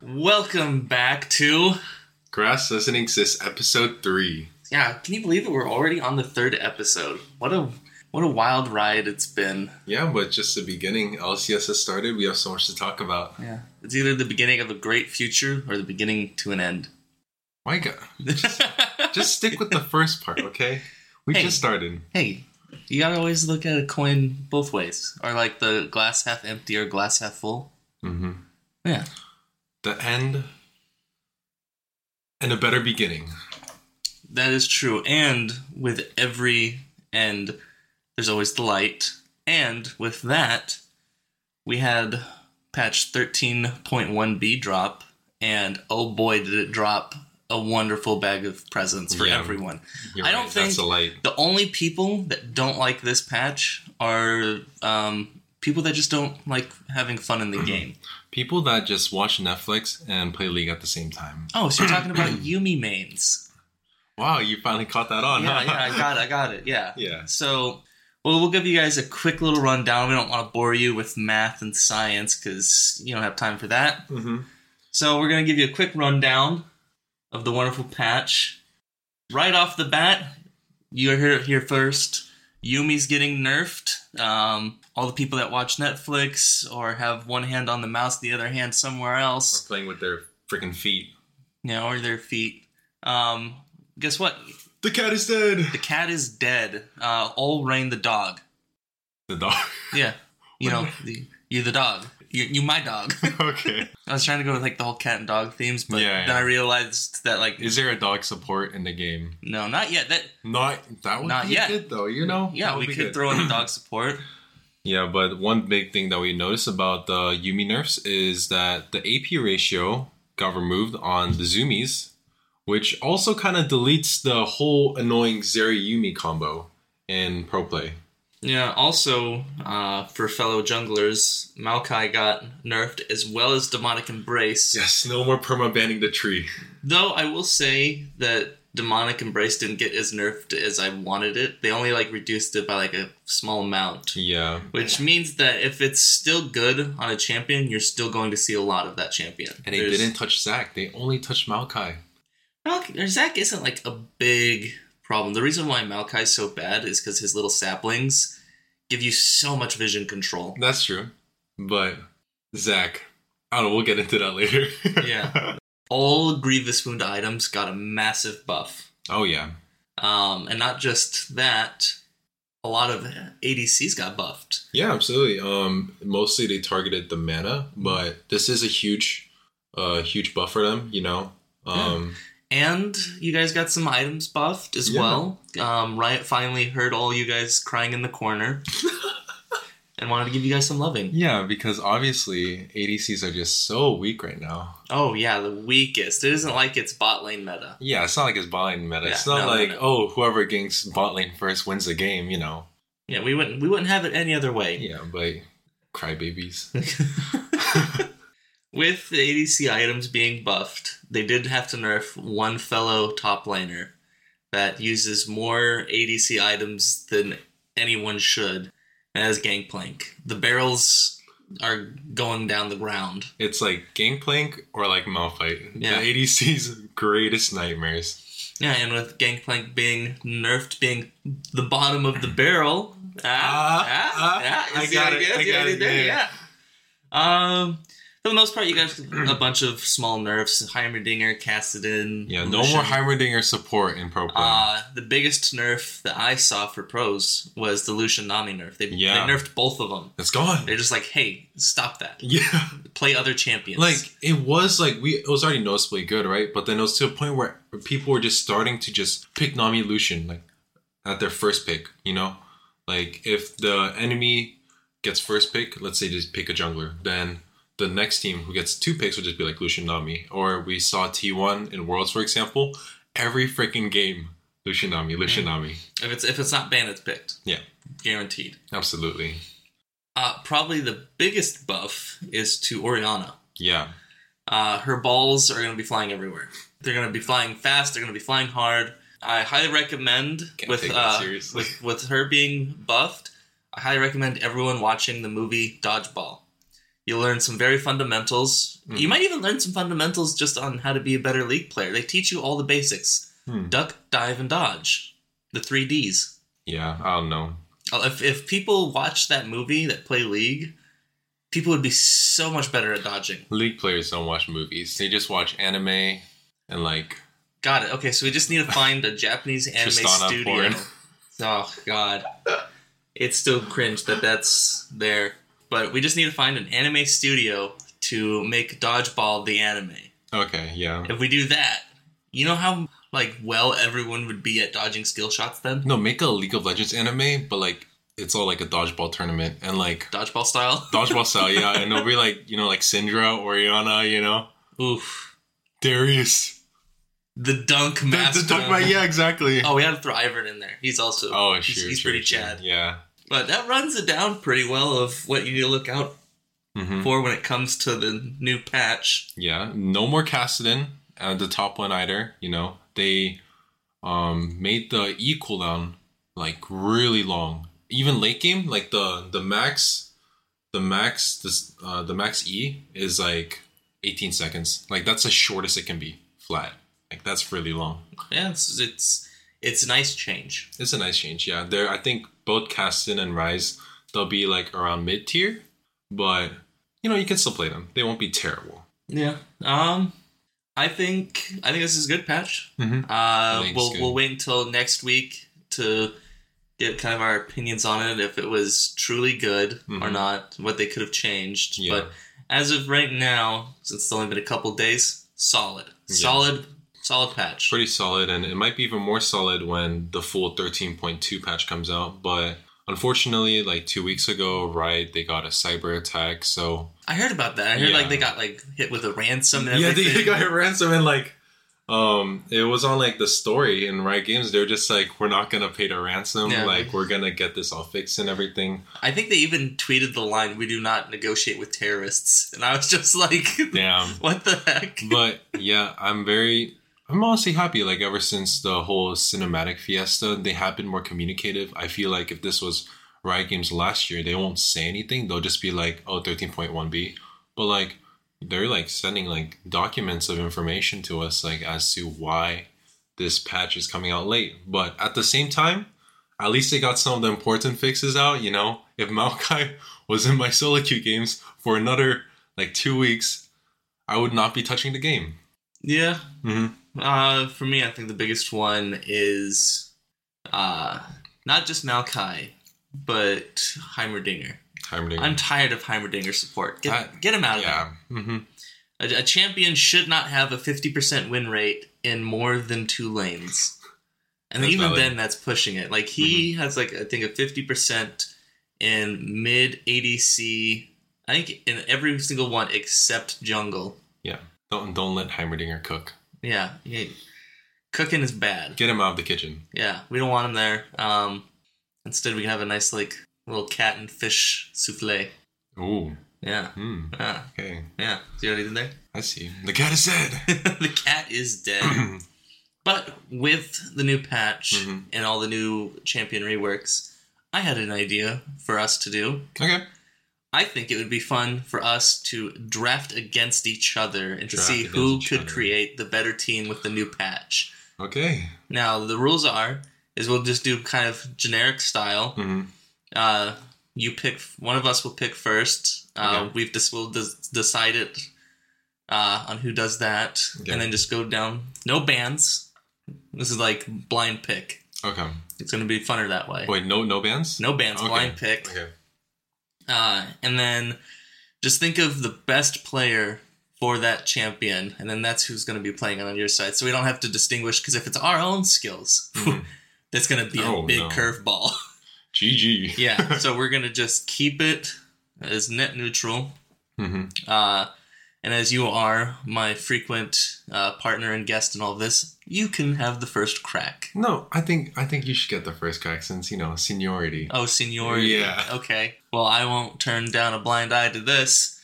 Welcome back to Grass doesn't exist. Episode three. yeah. Can you believe it? We're already on the third episode. What a what a wild ride it's been. Yeah, but just the beginning. LCS has started. We have so much to talk about. Yeah, it's either the beginning of a great future or the beginning to an end. My God, just stick with the first part, okay? We Hey. just started. hey, you gotta always look at a coin both ways, or like the glass half empty or glass half full. hmm Yeah, The end and a better beginning. that is true. And with every end, there's always the light. And with that, we had patch 13.1b drop, and oh boy, did it drop a wonderful bag of presents for Yeah. everyone. You're I don't right, think- that's a light. The only people that don't like this patch are um, people that just don't like having fun Mm-hmm. in the game. People that just watch Netflix and play League at the same time. Oh, so you're talking about Yumi mains? Wow, you finally caught that on. Yeah, huh? yeah, I got, it, I got it. Yeah. Yeah. So, well, we'll give you guys a quick little rundown. We don't want to bore you with math and science because you don't have time for that. Mhm. So we're gonna give you a quick rundown of the wonderful patch. Right off the bat, you're here here first. Yumi's getting nerfed. Um, all the people that watch Netflix or have one hand on the mouse, the other hand somewhere We're else, playing with their freaking feet. you know, or their feet. Um, guess what? The cat is dead. The cat is dead. Uh, all rain the dog. The dog. Yeah, you know, the, you're the dog. You, you my dog. okay. I was trying to go with like the whole cat and dog themes, but Yeah, then yeah. I realized that like Is there a dog support in the game? no, not yet. That Not that would Not be yet. good though, you know. Yeah, That would we be could good. throw in dog support. Yeah, but one big thing that we noticed about the Yumi nerfs is that the AP ratio got removed on the Zoomies, which also kind of deletes the whole annoying Zeri Yumi combo in pro play. Yeah, also, uh, for fellow junglers, Maokai got nerfed as well as Demonic Embrace. Yes, no more perma banning the tree. Though I will say that Demonic Embrace didn't get as nerfed as I wanted it. They only like reduced it by like a small amount. Yeah, Which means that if it's still good on a champion, you're still going to see a lot of that champion. and they There's- didn't touch Zac. They only touched Maokai. Malchi- or Zach isn't like a big problem. The reason why Maokai's so bad is because his little saplings give you so much vision control. That's true, but Zac. I don't know. We'll get into that later. Yeah. All Grievous Wound items got a massive buff. oh yeah. Um, and not just that, a lot of ADCs got buffed. Yeah, absolutely. Um, mostly they targeted the mana, but this is a huge, uh, huge buff for them. You know, um, And you guys got some items buffed as Yeah. well. Um, Riot finally heard all you guys crying in the corner and wanted to give you guys some loving. yeah, because obviously ADCs are just so weak right now. Oh, yeah, the weakest. It isn't like it's bot lane meta. Yeah, it's not like it's bot lane meta. Yeah, it's not no, no, like no. oh, whoever ganks bot lane first wins the game. You know. Yeah, we wouldn't we wouldn't have it any other way. Yeah, but crybabies. With the ADC items being buffed, they did have to nerf one fellow top laner that uses more ADC items than anyone should, and that is Gangplank. The barrels are going down the ground. it's like Gangplank or like Malphite. Yeah. The ADC's greatest nightmares. Yeah, and with Gangplank being nerfed, being the bottom of the barrel. Ah, Ah, ah, ah, ah, you I see what got it, did? I You got did it, there? yeah. Yeah. Um, for the most part, you got a bunch of small nerfs. Heimerdinger, Kassadin. Yeah, no more Heimerdinger support in pro play. Uh, the biggest nerf that I saw for pros was the Lucian Nami nerf. They, Yeah. they nerfed both of them. it's gone. They're just like, hey, stop that. Yeah. Play other champions. Like it was like we it was already noticeably good, right? But then it was to a point where people were just starting to just pick Nami Lucian like at their first pick, you know? Like if the enemy gets first pick, let's say just pick a jungler, then the next team who gets two picks would just be like Lucian Nami. Or we saw T1 in Worlds, for example, every freaking game, Lucian Nami, Lucian Nami. if it's if it's not banned, it's picked. Yeah. Guaranteed. Absolutely. Uh, probably the biggest buff is to Oriana. Yeah. Uh, her balls are going to be flying everywhere. They're going to be flying fast. They're going to be flying hard. I highly recommend Can't with take that uh, seriously. with with her being buffed. I highly recommend everyone watching the movie Dodgeball. You learn some very fundamentals. Mm-hmm. You might even learn some fundamentals just on how to be a better league player. They teach you all the basics: Hmm. duck, dive, and dodge. The three Ds. Yeah, I don't know. Oh, If if people watch that movie that play League, people would be so much better at dodging. League players don't watch movies. They just watch anime and like Got it. Okay, so we just need to find a Japanese anime Tristana studio. porn. Oh God, it's still cringe that that's there. But we just need to find an anime studio to make dodgeball the anime. Okay, yeah. If we do that, you know how like well everyone would be at dodging skill shots then No, make a League of Legends anime, but like it's all like a dodgeball tournament and like dodgeball style. dodgeball style, yeah. And it'll be like you know like Syndra, Oriana, you know Oof, Darius. the dunk The, master. the dog- right, yeah, exactly. Oh, we had to throw Ivern in there. He's also Oh, he's, sure, he's sure, pretty sure. Chad. Yeah. But that runs it down pretty well of what you need to look out hmm for when it comes to the new patch. Yeah. No more Cassidy uh, the top one either. You know they um made the E cooldown like really long. Even late game, like the the max, the max this uh, the max E is like 18 seconds. Like that's the shortest it can be flat. Like that's really long. Yeah, it's it's, it's a nice change. It's a nice change, yeah. There, I think both Kasten and Rise, they'll be like around mid tier, but you know you can still play them. They won't be terrible. Yeah. Um, I think I think this is a good patch. Mm-hmm. Uh, think it's we'll good. we'll wait until next week to get kind of our opinions on it if it was truly good or Mhm. not, what they could have changed. Yeah. But as of right now, since it's only been a couple days, solid, Yeah. solid, solid patch. Pretty solid, and it might be even more solid when the full 13.2 patch comes out. But unfortunately, like two weeks ago, right, they got a cyber attack. So I heard about that. I heard Yeah. like they got like hit with a ransom and yeah, everything. they got a ransom and like. Um, it was on like the story in Riot Games. They're just like, we're not gonna pay the ransom. Yeah. Like, we're gonna get this all fixed and everything. I think they even tweeted the line, "We do not negotiate with terrorists," and I was just like, Damn. "What the heck?" but yeah, I'm very, I'm honestly happy. Like ever since the whole cinematic fiesta, they have been more communicative. I feel like if this was Riot Games last year, they won't say anything. They'll just be like, oh, 13.1b. But like, they're like sending like documents of information to us, like as to why this patch is coming out late. But at the same time, at least they got some of the important fixes out. You know, if Maokai was in my solo queue games for another like two weeks, I would not be touching the game. yeah, Mm-hmm. uh, for me, I think the biggest one is uh, not just Maokai, but Heimerdinger. Heimerdinger. I'm tired of Heimerdinger support. Get I- get him out of yeah. Mm-hmm. there. A, a champion should not have a 50% win rate in more than two lanes. And That's even valid. Mm-hmm. then, that's pushing it. Like, he has, like, I think a 50% in mid ADC, I think in every single one except jungle. Don't don't let Heimerdinger cook. Yeah. he- cooking is bad. Get him out of the kitchen. Yeah. We don't want him there. Um, instead, we can have a nice, like, little cat and fish souffle. Ooh. Yeah. Hmm. Yeah. Okay. Yeah. See what I did there? I see. The cat is dead. the cat is dead. But with the new patch Mhm. and all the new champion reworks, I had an idea for us to do. okay. I think it would be fun for us to draft against each other and to Draft see against who each could other. create the better team with the new patch. Okay. Now, the rules are is we'll just do kind of generic style. Mm-hmm. Uh, you pick one of us will pick first. Uh, Okay. We've just will des- decide it uh, on who does that, Okay. and then just go down. No bans. This is like blind pick. Okay. It's going to be funner that way. Wait. No. No bands. No bans, Okay. blind pick. Okay. Uh, and then just think of the best player for that champion, and then that's who's going to be playing on your side. So we don't have to distinguish because if it's our own skills, Mhm. that's going to be a Oh, big no. curveball. GG. yeah. So we're going to just keep it as net neutral. Mm-hmm. Uh, and as you are my frequent uh, partner and guest in all this, you can have the first crack. No, I think I think you should get the first crack since you know seniority. Oh, seniority. Yeah. Okay. Well, I won't turn down a blind eye to this.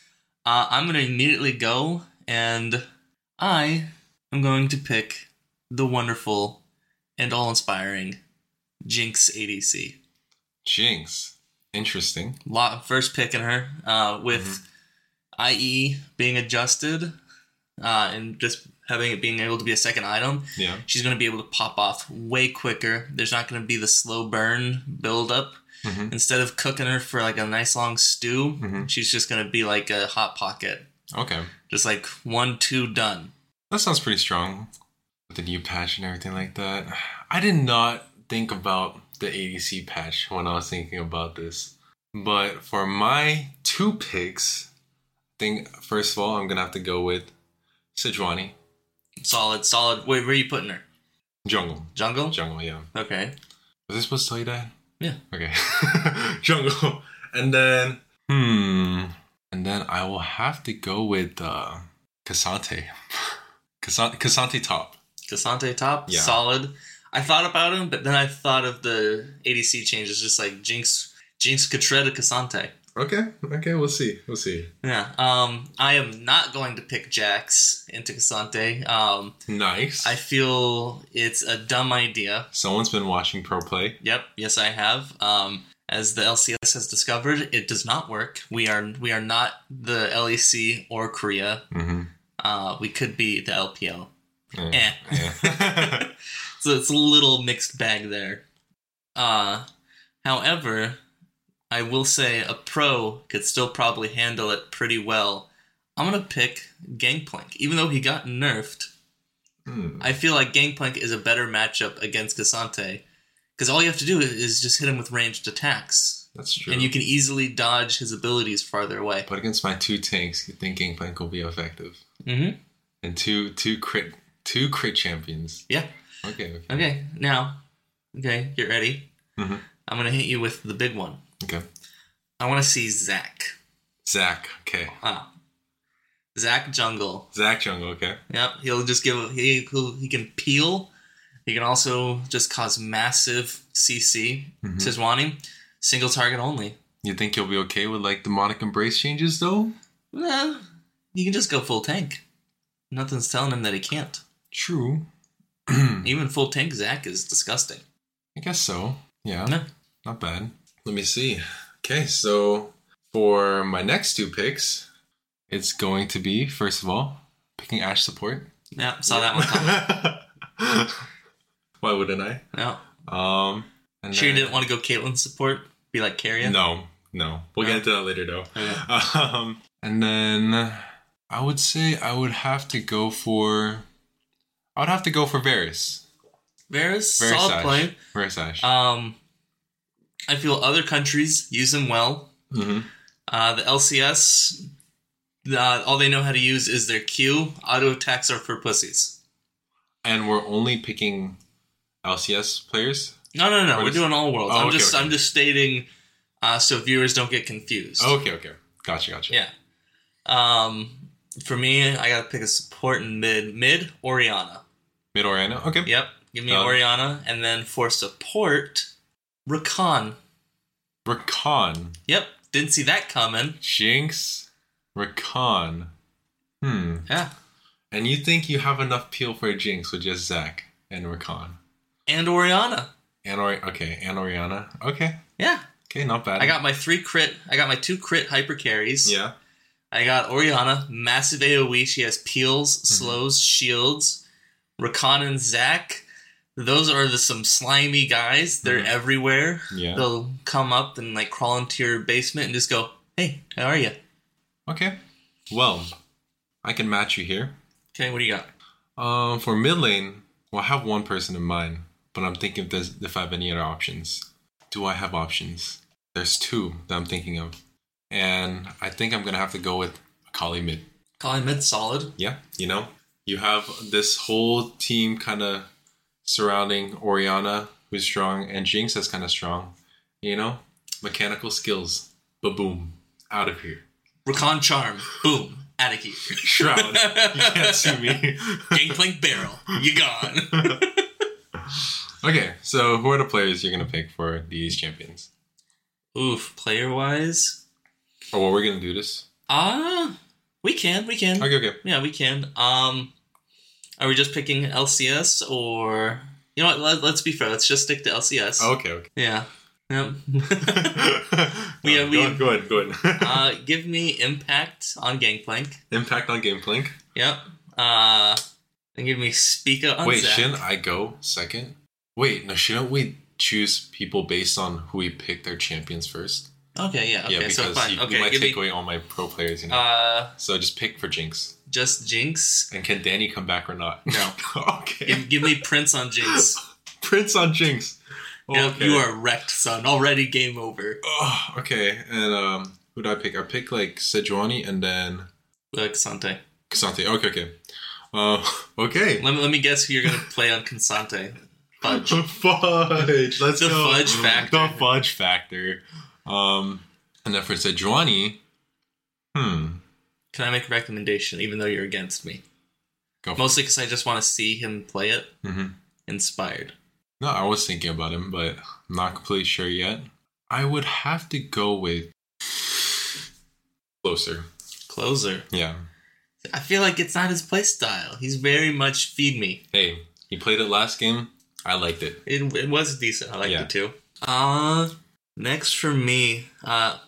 Uh, I'm going to immediately go, and I am going to pick the wonderful and all inspiring Jinx ADC. Jinx. Interesting. Lot first picking her uh, with i.e., being adjusted uh, and just having it being able to be a second item, Yeah. she's going to be able to pop off way quicker. There's not going to be the slow burn buildup. Mhm. Instead of cooking her for like a nice long stew, Mhm. she's just going to be like a hot pocket. Okay. Just like one, two, done. That sounds pretty strong. With the new patch and everything like that. I did not think about the ADC patch when I was thinking about this. But for my two picks, I think first of all I'm gonna have to go with Sejuani. Solid, solid. Wait, where are you putting her? Jungle. Jungle? Jungle, yeah. Okay. Was I supposed to tell you that? Yeah. Okay. Jungle. And then Hmm. And then I will have to go with uh Cassante. Cassante, Cassante top. Cassante top, Yeah. solid. I thought about him, but then I thought of the ADC changes, just like Jinx, Jinx Catretta Cassante. Okay, okay, we'll see. We'll see. Yeah. Um, I am not going to pick Jax into Cassante. Um, Nice. I feel it's a dumb idea. Someone's been watching pro play. Yep. Yes, I have. Um, as the LCS has discovered, it does not work. We are we are not the LEC or Korea. Mm-hmm. Uh, we could be the LPL. Yeah. Eh. So it's a little mixed bag there. Uh however, I will say a pro could still probably handle it pretty well. I'm gonna pick Gangplank, even though he got nerfed. Hmm. I feel like Gangplank is a better matchup against Cassante because all you have to do is just hit him with ranged attacks, That's true. and you can easily dodge his abilities farther away. but against my two tanks, you think Gangplank will be effective? Mm-hmm. And two, two crit, two crit champions. Yeah. Okay. Okay. Okay. Now, okay, get ready. Mhm. I'm gonna hit you with the big one. okay. I want to see Zach. Zach. Okay. Ah. Zach Jungle. Zach Jungle. Okay. Yep, he'll just give he he'll, he can peel. He can also just cause massive CC. Mhm. Sejuani, single target only. You think he'll be okay with like demonic embrace changes though? Well, he can just go full tank. Nothing's telling him that he can't. True. I Even full tank Zach is disgusting. guess so. Yeah. No. Not bad. Let me see. Okay, so for my next two picks, it's going to be first of all picking Ash support. Yeah, saw that one coming. one. Why wouldn't I? No, Um, and sure you then- didn't want to go Caitlyn support. Be like Carrion. No, no. We'll No. get into that later, though. Okay. Um, and then I would say I would have to go for. I would have to go for Varus. Varus, Varus solid Ash. play. Varus Ash. Um, I feel other countries use him well. hmm Uh, the LCS, uh, all they know how to use is their Q. Auto attacks are for pussies. And we're only picking LCS players. No, no, no. What We're is- doing all worlds. Oh, I'm okay, just, okay. I'm just stating, uh, so viewers don't get confused. Oh, Okay, okay. Gotcha, gotcha. yeah. Um, for me, I gotta pick a support in mid, mid Oriana. Mid Oriana. Okay. Yep, give me Done. Oriana, and then for support, Rakan. Rakan. Yep, didn't see that coming. Jinx. Rakan. Hmm. Yeah, And you think you have enough peel for a Jinx with just Zac and Rakan. and Oriana. And Ori- okay, and Oriana. Okay. Yeah, Okay, not bad. I got my three crit. I got my two crit hyper carries. Yeah. I got Oriana, massive AoE. She has peels, slows, shields. Rakan and Zack, those are the some slimy guys. They're Mhm. everywhere. Yeah. They'll come up and like crawl into your basement and just go, "Hey, how are you?" Okay. Well, I can match you here. Okay, what do you got? Um, for mid lane, well, I have one person in mind, but I'm thinking if there's if I have any other options. Do I have options? There's two that I'm thinking of, and I think I'm gonna have to go with Akali mid. Calling mid solid. Yeah, you know, you have this whole team kind of surrounding Oriana, who's strong, and Jinx that's kind of strong. You know, mechanical skills, ba boom, out of here. Rakan charm, boom, out of here. Shroud, you can't see me. Gangplank barrel, you gone. okay, so who are the players you're gonna pick for these champions? Oof, player wise, Oh, well, we're gonna do this. ah, we can, we can. Okay, okay. Yeah, we can. Um, are we just picking LCS or you know what? Let, let's be fair. Let's just stick to LCS. Oh, okay, okay. Yeah. Yep. we, We- go, we- ahead, go ahead, go ahead. uh, give me impact on Gangplank. Impact on Gameplink. Yep. Uh, and give me speak up on Wait, Zack. shouldn't I go second? Wait, no, shouldn't we choose people based on who we picked their champions first? Okay, yeah, okay, yeah, because so fine. you, you okay, might give take me away all my pro players, you know. uh, so just pick for Jinx. just Jinx. And can Danny come back or not? No. okay. Give, give me Prince on Jinx. Prince on Jinx. Yep, you are wrecked, son. Already game over. Oh, okay, and um, who did I pick? I picked like Sejuani and then Uh, Cassante. Kasante. Okay, okay. Uh, okay. Let me, let me guess who you're going to play on Cassante. Fudge. The fudge. Let's The go. fudge factor. The fudge factor. Um, and then for Sejuani, hmm, Can I make a recommendation, even though you're against me? go. For, Mostly because I just want to see him play it hmm inspired. No, I was thinking about him, but I'm not completely sure yet. I would have to go with closer. Closer. Yeah. I feel like it's not his play style. He's very much feed me. Hey, he played it last game. I liked it. It, it was decent. I liked Yeah. it too. Uh, next for me, uh,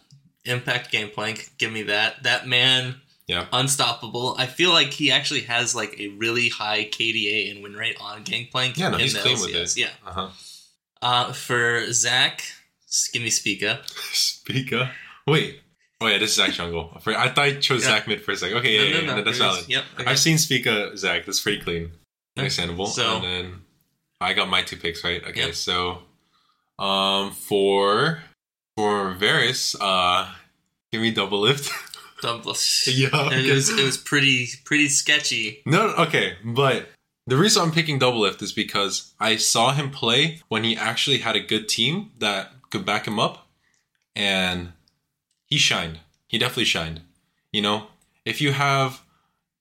Impact Game Plank. Give me that. That man, Yeah. unstoppable. I feel like he actually has like a really high KDA and win rate on Gangplank. Yeah, no, in he's the clean with LCS. it. Yeah. Uh huh. Uh, for Zach, s- give me Spica. Speaker. Wait. Oh yeah, this is Zach Jungle. I forgot- I thought I chose Yeah. Zach mid for a second. Okay, yeah, yeah, yeah, that's there it valid. is. Yep. okay. I've seen Speaker Zach. That's pretty clean, Yeah. understandable. So- and then I got my two picks right. Okay, Yep. so um for for Varys, uh, give me double lift. Double- yeah, It was it was pretty pretty sketchy. No, no, okay, but the reason I'm picking Double Lift is because I saw him play when he actually had a good team that could back him up, and he shined. He definitely shined. You know, if you have,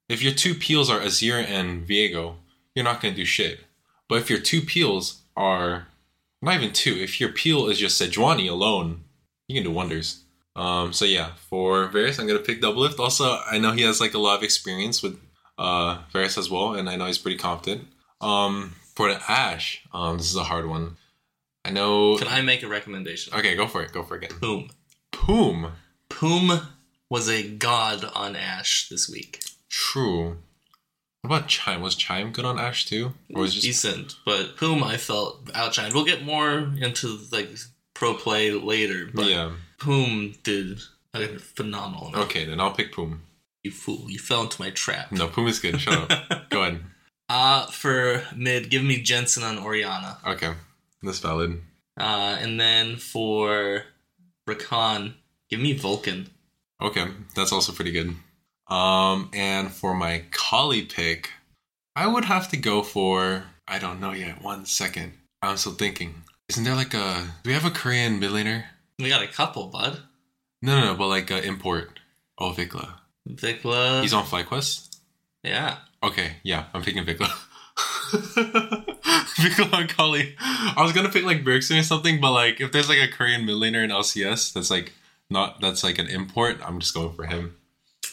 if your two peels are Azir and Viego, you're not gonna do shit. But if your two peels are, not even two, if your peel is just Sejuani alone, you can do wonders. Um, so yeah, for Varys, I'm gonna pick Double Lift. Also, I know he has like a lot of experience with uh, Varys as well, and I know he's pretty competent. Um, for the Ash, um, this is a hard one. I know. Can I make a recommendation? Okay, go for it. Go for it again. Poom. Poom. Poom was a god on Ash this week. True. What about Chime? Was Chime good on Ash too, or was it just decent, but whom I felt outshined. We'll get more into like pro play later, but yeah? Oh. whom did a phenomenal. amount. Okay, then I'll pick Poom. You fool! You fell into my trap. No, Poom is good. Shut up. Go ahead. Uh for mid, give me Jensen on Oriana, Okay, that's valid. uh, and then for Rakan, give me Vulcan. Okay, that's also pretty good. Um, and for my collie pick, I would have to go for I don't know yet. One second, I'm still thinking. Isn't there like a do we have a Korean millionaire? We got a couple, bud. No, no, no, but like a import. Oh, Vikla. Vikla. He's on FlyQuest. yeah. Okay, yeah, I'm picking Vikla. Vikla on collie. I was gonna pick like Bergson or something, but like if there's like a Korean millionaire in LCS that's like not that's like an import, I'm just going for him.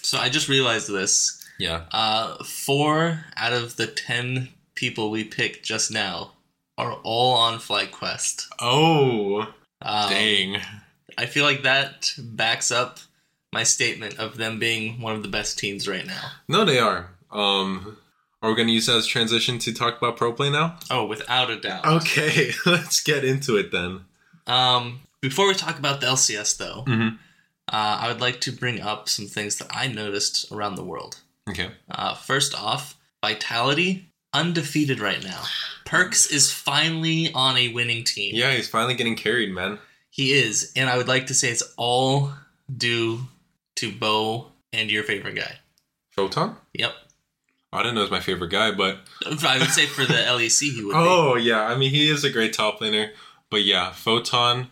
So I just realized this. Yeah. Uh, four out of the ten people we picked just now are all on FlyQuest. Oh. Um, Dang. I feel like that backs up my statement of them being one of the best teams right now. No, they are. Um, are we going to use that as transition to talk about pro play now? Oh, without a doubt. Okay, let's get into it then. Um, before we talk about the LCS, though, Mhm. uh, I would like to bring up some things that I noticed around the world. Okay. Uh, first off, Vitality undefeated right now. Perks is finally on a winning team. Yeah, he's finally getting carried, man. He is, and I would like to say it's all due to Bo and your favorite guy. Photon? Yep. I didn't know he was my favorite guy, but I would say for the LEC, he would be. oh yeah, I mean he is a great top laner. But yeah, Photon,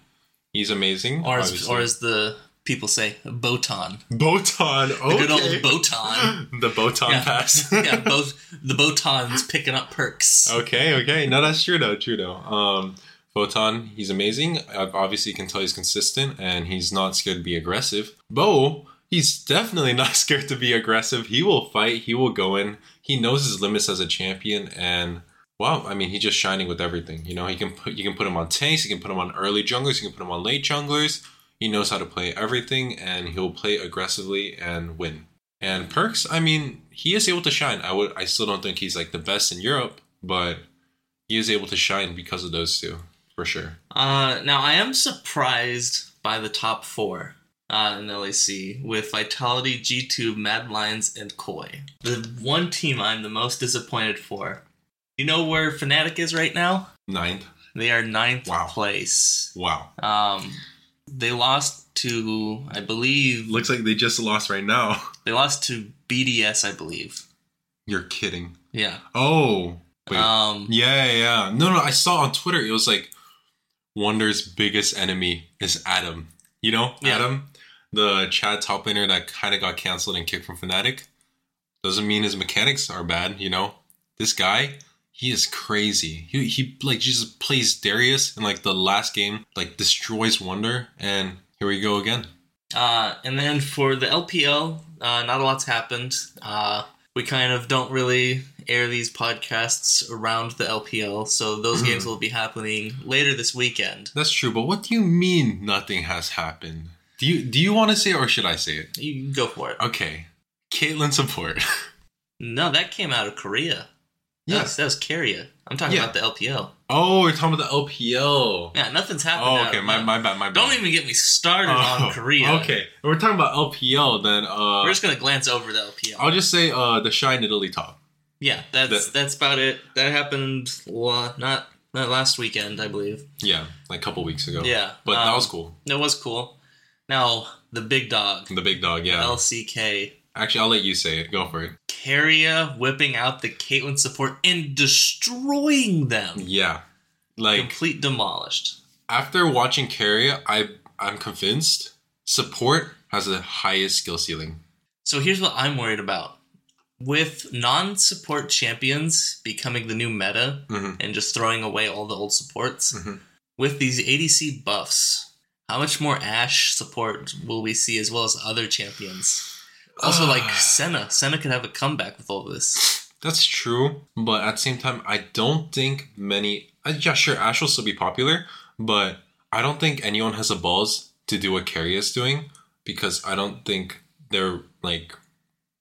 he's amazing. or as, obviously. or as the people say, Botan. Botan, The okay. good old Botan. the Botan Yeah. pass. Oh. yeah, both the Botans picking up perks. Okay, okay. No, that's true though. True though. Um, Photon, he's amazing. Ob- Obviously, you can tell he's consistent and he's not scared to be aggressive. Bo, he's definitely not scared to be aggressive. He will fight. He will go in. He knows his limits as a champion, and Wow, I mean, he's just shining with everything. You know, he can put you can put him on tanks, you can put him on early junglers, you can put him on late junglers. He knows how to play everything, and he'll play aggressively and win. And perks, I mean, he is able to shine. I would, I still don't think he's like the best in Europe, but he is able to shine because of those two, for sure. Uh, now I am surprised by the top four uh, in LAC with Vitality, G Tube, Mad Lions, and Koi. The one team I'm the most disappointed for. You know where Fnatic is right now? Ninth, They are ninth Wow. place. wow. Um, they lost to I believe Looks like they just lost right now. they lost to BDS. I believe. You're kidding. Yeah. Oh, wait. Um. Yeah, yeah. yeah. No, no, I saw on Twitter it was like Wonder's biggest enemy is Adam. You know, Yeah. Adam, the Chad top laner that kind of got canceled and kicked from Fnatic. Doesn't mean his mechanics are bad, you know. This guy, he is crazy. He he like just plays Darius and like the last game like destroys Wonder and here we go again. Uh, and then for the LPL, uh, not a lot's happened. Uh, we kind of don't really air these podcasts around the LPL, so Hmm. those games will be happening later this weekend. That's true, but what do you mean nothing has happened? Do you do you want to say it or should I say it? You can go for it. Okay. Caitlyn support. No, that came out of Korea. That was- that was Korea. I'm talking Yeah. about the LPL. Oh, we're talking about the LPL. Yeah, nothing's happened. Oh, out okay. of My, that. my bad. My bad. Don't even get me started Oh, on Korea. Okay, we're talking about LPL. Then uh, We're just gonna glance over the LPL. I'll just say uh, the Shine Italy top. yeah, that's that's about it. That happened la- not not last weekend, I believe. Yeah, like a couple weeks ago. Yeah, but um, that was cool. That was cool. Now the big dog, The big dog. Yeah. LCK, Actually, I'll let you say it. Go for it. Carrier whipping out the Caitlyn support and destroying them. Yeah. Like Complete demolished. after watching Carrier, I I'm convinced support has the highest skill ceiling. So here's what I'm worried about. With non-support champions becoming the new meta Mhm. and just throwing away all the old supports, Mhm. with these ADC buffs, how much more Ash support will we see as well as other champions? Also, like Senna. Senna could have a comeback with all this. That's true, but at the same time, I don't think many. Uh, yeah, sure, Ash will still be popular, but I don't think anyone has the balls to do what Carrie is doing because I don't think they're like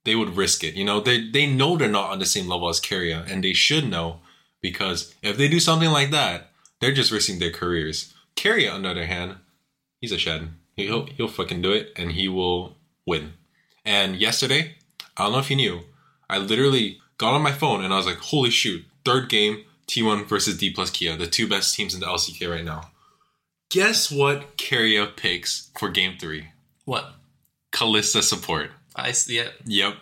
they would risk it. You know, they they know they're not on the same level as Carrie, and they should know because if they do something like that, they're just risking their careers. Carrie, on the other hand, he's a shed. He'll he'll fucking do it, and he will win. And yesterday, I don't know if you knew, I literally got on my phone and I was like, holy shoot, third game, T1 versus D plus Kia, the two best teams in the LCK right now. Guess what Carrier picks for game three? What? Callista support. I see it. Yep.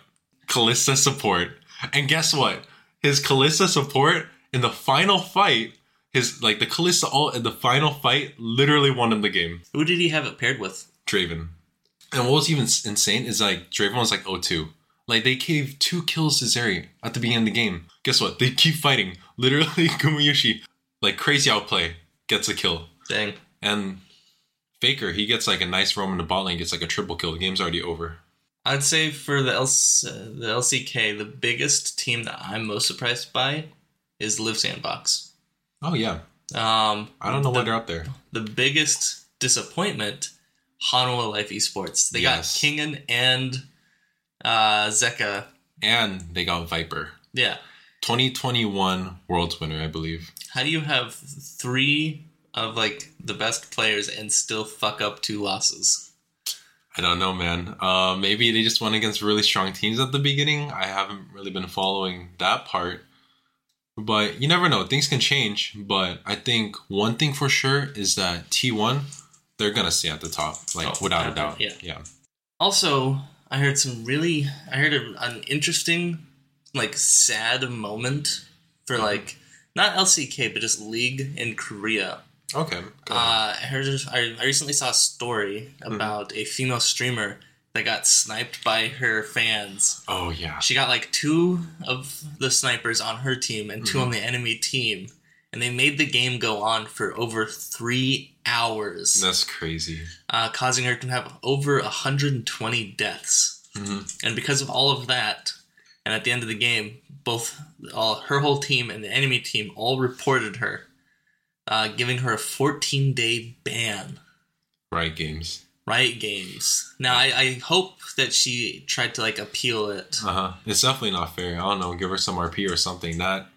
Callista support. And guess what? His Callista support in the final fight, his like the Callista all in the final fight literally won him the game. Who did he have it paired with? Draven. And what was even s- insane is like Draven was like 0-2. Like they gave two kills to Zeri at the beginning of the game. Guess what? They keep fighting. Literally, Kumayoshi, like crazy outplay, gets a kill. Dang. And Faker, he gets like a nice roam in the bot lane, gets like a triple kill. The game's already over. I'd say for the LC, the LCK, the biggest team that I'm most surprised by is Live Sandbox. Oh yeah. Um, I don't know why they're up there. the biggest disappointment, Hanwha Life Esports. They Yes. got Kingan and uh, Zeka. And they got Viper. Yeah. 2021 Worlds winner, I believe. How do you have three of like the best players and still fuck up two losses? I don't know, man. Uh, maybe they just went against really strong teams at the beginning. I haven't really been following that part. But you never know. Things can change. But I think one thing for sure is that T1, they're going to stay at the top, like Oh, without a definitely, doubt. yeah. Yeah. Also, I heard some really, I heard a, an interesting, like, sad moment for like not LCK but just league in Korea. Okay. go on. Uh, I heard, I, I recently saw a story about a female streamer that got sniped by her fans. oh, yeah. She got like two of the snipers on her team and 2 on the enemy team, and they made the game go on for over three hours That's crazy. uh, causing her to have over 120 deaths. Mhm. And because of all of that, And at the end of the game, both all her whole team and the enemy team all reported her, uh, giving her a 14 day ban. Riot Games. Riot Games. Now I, I hope that she tried to like appeal it. Uh huh. It's definitely not fair. I don't know. Give her some RP or something. That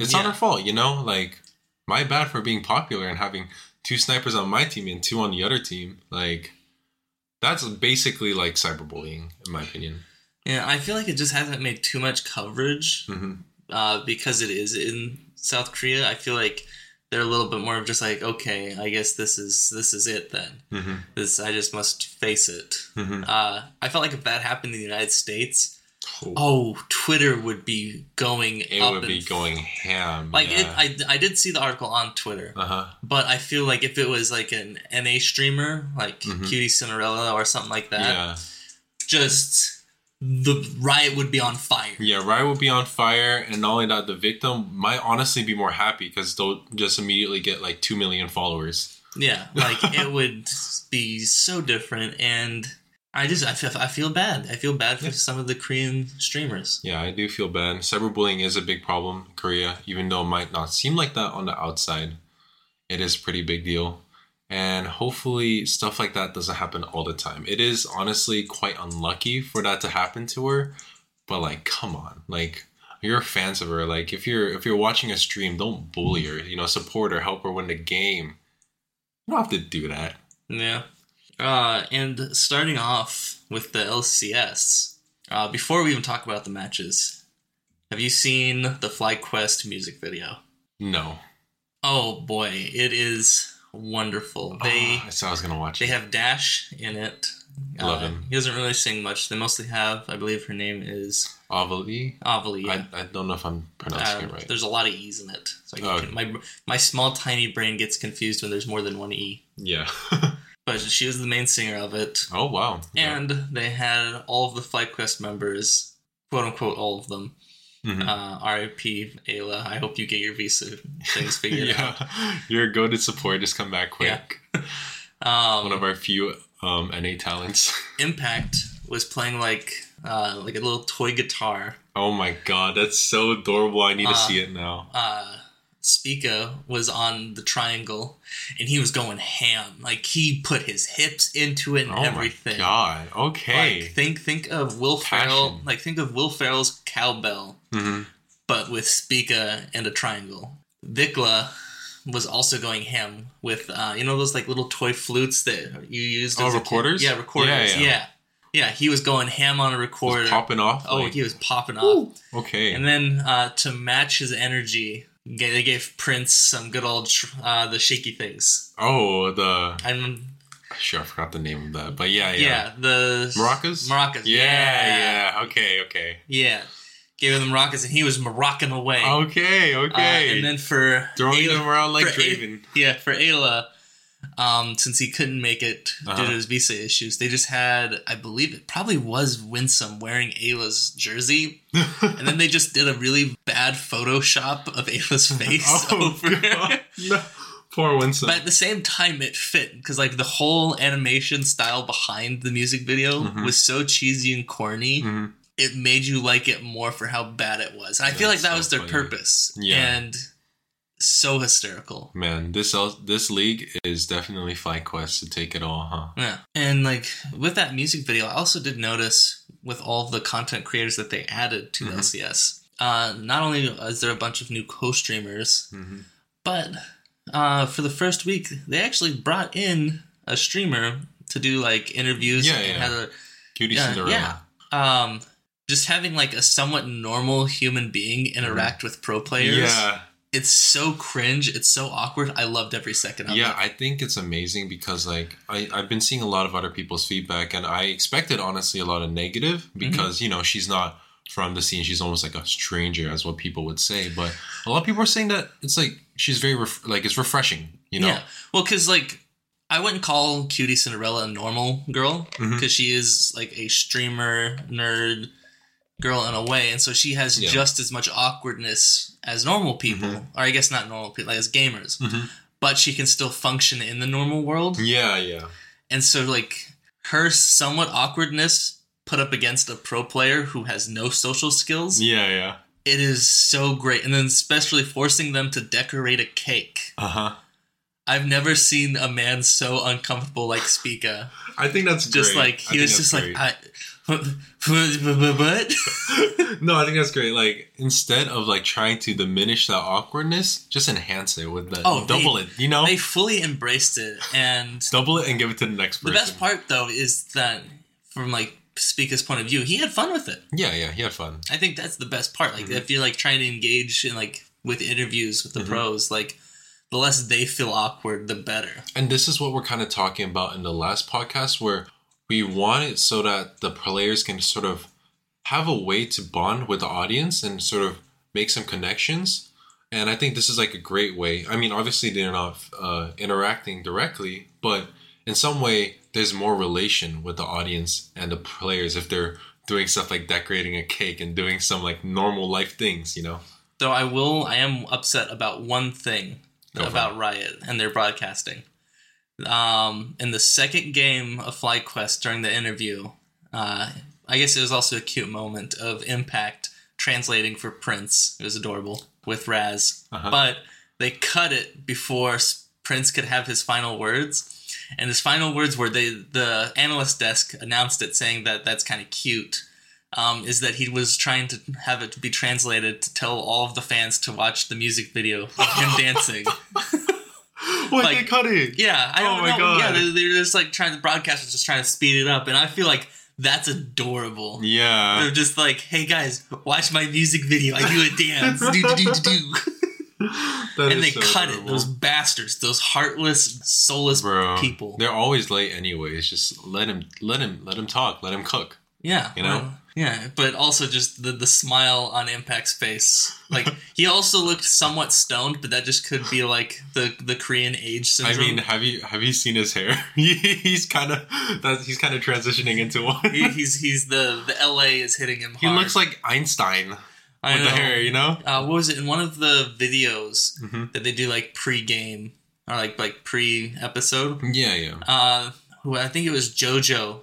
it's not Yeah. her fault, you know. Like my bad for being popular and having two snipers on my team and two on the other team. Like that's basically like cyberbullying, in my opinion. Yeah, I feel like it just hasn't made too much coverage Mm-hmm. uh, because it is in South Korea. I feel like they're a little bit more of just like, okay, I guess this is this is it then. Mm-hmm. This I just must face it. Mm-hmm. Uh, I felt like if that happened in the United States, oh, Twitter would be going Mm-hmm. it up would be in- going ham. like yeah. it, I I did see the article on Twitter, Uh huh. but I feel like if it was like an NA streamer like Mhm. Cutie Cinderella or something like that, Yeah. just the riot would be on fire. Yeah, Riot will be on fire, and not only that, the victim might honestly be more happy because they'll just immediately get like two million followers. Yeah, like it would be so different, and I just I feel I feel bad. I feel bad for Yeah. some of the Korean streamers. Yeah, I do feel bad. Cyberbullying is a big problem in Korea, even though it might not seem like that on the outside. It is a pretty big deal, and hopefully stuff like that doesn't happen all the time. It is honestly quite unlucky for that to happen to her, but like, come on, like you're fans of her. Like if you're if you're watching a stream, don't bully her. You know, support her, help her win the game. You don't have to do that. Yeah, uh, and starting off with the LCS. Uh, before we even talk about the matches, have you seen the FlyQuest music video? No. Oh boy, it is wonderful. They Ah, I said I was gonna watch they it. have Dash in it. Uh, Love him. He doesn't really sing much. They mostly have, I believe, her name is Avali. Avali. yeah. I, I don't know if I'm Uh, pronouncing it right. There's a lot of E's in it. So I Oh, can- my my small tiny brain gets confused when there's more than one E. Yeah. But she was the main singer of it, oh wow. Yeah. and they had all of the FlyQuest members, quote unquote, all of them. Mhm. Uh, R.I.P. Ayla. I hope you get your visa things figured out. yeah. Your go-to support just come back quick. Um, One of our few um, NA talents. Impact was playing like uh, like a little toy guitar. oh my god, that's so adorable. I need Uh, to see it now. Uh, Spica was on the triangle, and he was going ham. Like he put his hips into it and Oh everything. my god. Okay. Like think think of Will Ferrell. Passion. Like think of Will Ferrell's cowbell, Mhm. but with Spica and a triangle. Vikla was also going ham with uh, you know those like little toy flutes that you used. Oh, as a kid? recorders? Yeah, recorders. Yeah, Yeah yeah. yeah. he was going ham on a Was recorder. popping off. Oh, like- he was popping off. okay. And then uh, to match his energy, ga- they gave Prince some good old tr- uh, the shaky things. oh, the And sure I forgot the name of that, but yeah, yeah, yeah. the Maracas? Maracas. Yeah, yeah. Okay, okay. Yeah. Gave him the Maracas, and he was Moroccan away. Okay, Uh, okay. and then for throwing Ayla- them around like for A- Draven. yeah, for Ayla, um, since he couldn't make it Uh-huh. due to his visa issues, they just had, I believe it probably was Winsome wearing Ayla's jersey, and then they just did a really bad Photoshop of Ayla's face over. Oh, God. No. Poor Winston. But at the same time, it fit because like the whole animation style behind the music video Mhm. was so cheesy and corny. Mhm. It made you like it more for how bad it was, and I feel like That's that so was their funny. purpose. Yeah. and so hysterical. Man, this el- this league is definitely Fight Quest to take it all, huh? Yeah, and like with that music video, I also did notice with all the content creators that they added to the Mhm. LCS, uh, not only is there a bunch of new co-streamers, Mm-hmm. But uh, for the first week, they actually brought in a streamer to do like interviews Yeah, and yeah. had Cutie Yeah, Cinderella. yeah. a um, just having like a somewhat normal human being interact with pro players. Mm-hmm. Yeah, It's so cringe. It's so awkward. I loved every second of yeah, it. I think it's amazing because like I, I've been seeing a lot of other people's feedback and I expected honestly a lot of negative Mm-hmm. because you know she's not from the scene, she's almost like a stranger as what people would say. But a lot of people are saying that it's like she's very ref- like it's refreshing, you know? Yeah. Well, because like I wouldn't call Cutie Cinderella a normal girl because Mhm. she is like a streamer nerd girl in a way, and so she has Yeah. Mm-hmm. just as much awkwardness as normal people, or I guess not normal people, like as gamers. Mhm. But she can still function in the normal world, Yeah, yeah. and so like her somewhat awkwardness put up against a pro player who has no social skills, Yeah, yeah. it is so great. And then especially forcing them to decorate a cake. Uh huh. I've never seen a man so uncomfortable like Spica. I think that's Just great. like I he think was that's just great. like I. But no, I think that's great. Like instead of like trying to diminish that awkwardness, just enhance it with the Oh, double they- it. You know, they fully embraced it, and double it and give it to the next the person. best part though is that from like Spica's point of view, he had fun with it. Yeah, yeah. He had fun. I think that's the best part. Like if you're like trying to engage in like with interviews with the pros, like the less they feel awkward, the better. And this is what we're kind of talking about in the last podcast, where we want it so that the players can sort of have a way to bond with the audience and sort of make some connections. And I think this is like a great way. I mean, obviously they're not uh, interacting directly, but in some way there's more relation with the audience and the players if they're doing stuff like decorating a cake and doing some like normal life things, you know? Though I will, I am upset about one thing Go for about Riot and their broadcasting. Um, in the second game of FlyQuest during the interview, uh, I guess it was also a cute moment of Impact translating for Prince. It was adorable with Raz, Uh-huh. but they cut it before S- Prince could have his final words. And his final words were they the analyst desk announced it, saying that that's kind of cute um, is that he was trying to have it be translated to tell all of the fans to watch the music video of him dancing. Wait, they they Like- cut it. Yeah, I don't Oh my know. God. Yeah, they're, they're just like trying. The broadcast is just trying to speed it up, and I feel like that's adorable. Yeah. They're just like, "Hey guys, watch my music video. I do a dance." do, do, do, do, do. That And they is so cut it. adorable. Those bastards. Those heartless, soulless bro. people. They're always late anyways. Just let him, let him, let him talk. Let him cook. Yeah. You know? well, Yeah, but also just the the smile on Impact's face. Like he also looked somewhat stoned, but that just could be like the the Korean age I syndrome. mean, have you have you seen his hair? He- he's kind of that's he's kind of transitioning into one. he, he's he's the the LA is hitting him. He hard. looks like Einstein with I the know. Mm-hmm. hair. You know? Uh, what was it in one of the videos Mhm. that they do like pre-game or like like pre-episode? Yeah, yeah. Uh, who I think it was JoJo.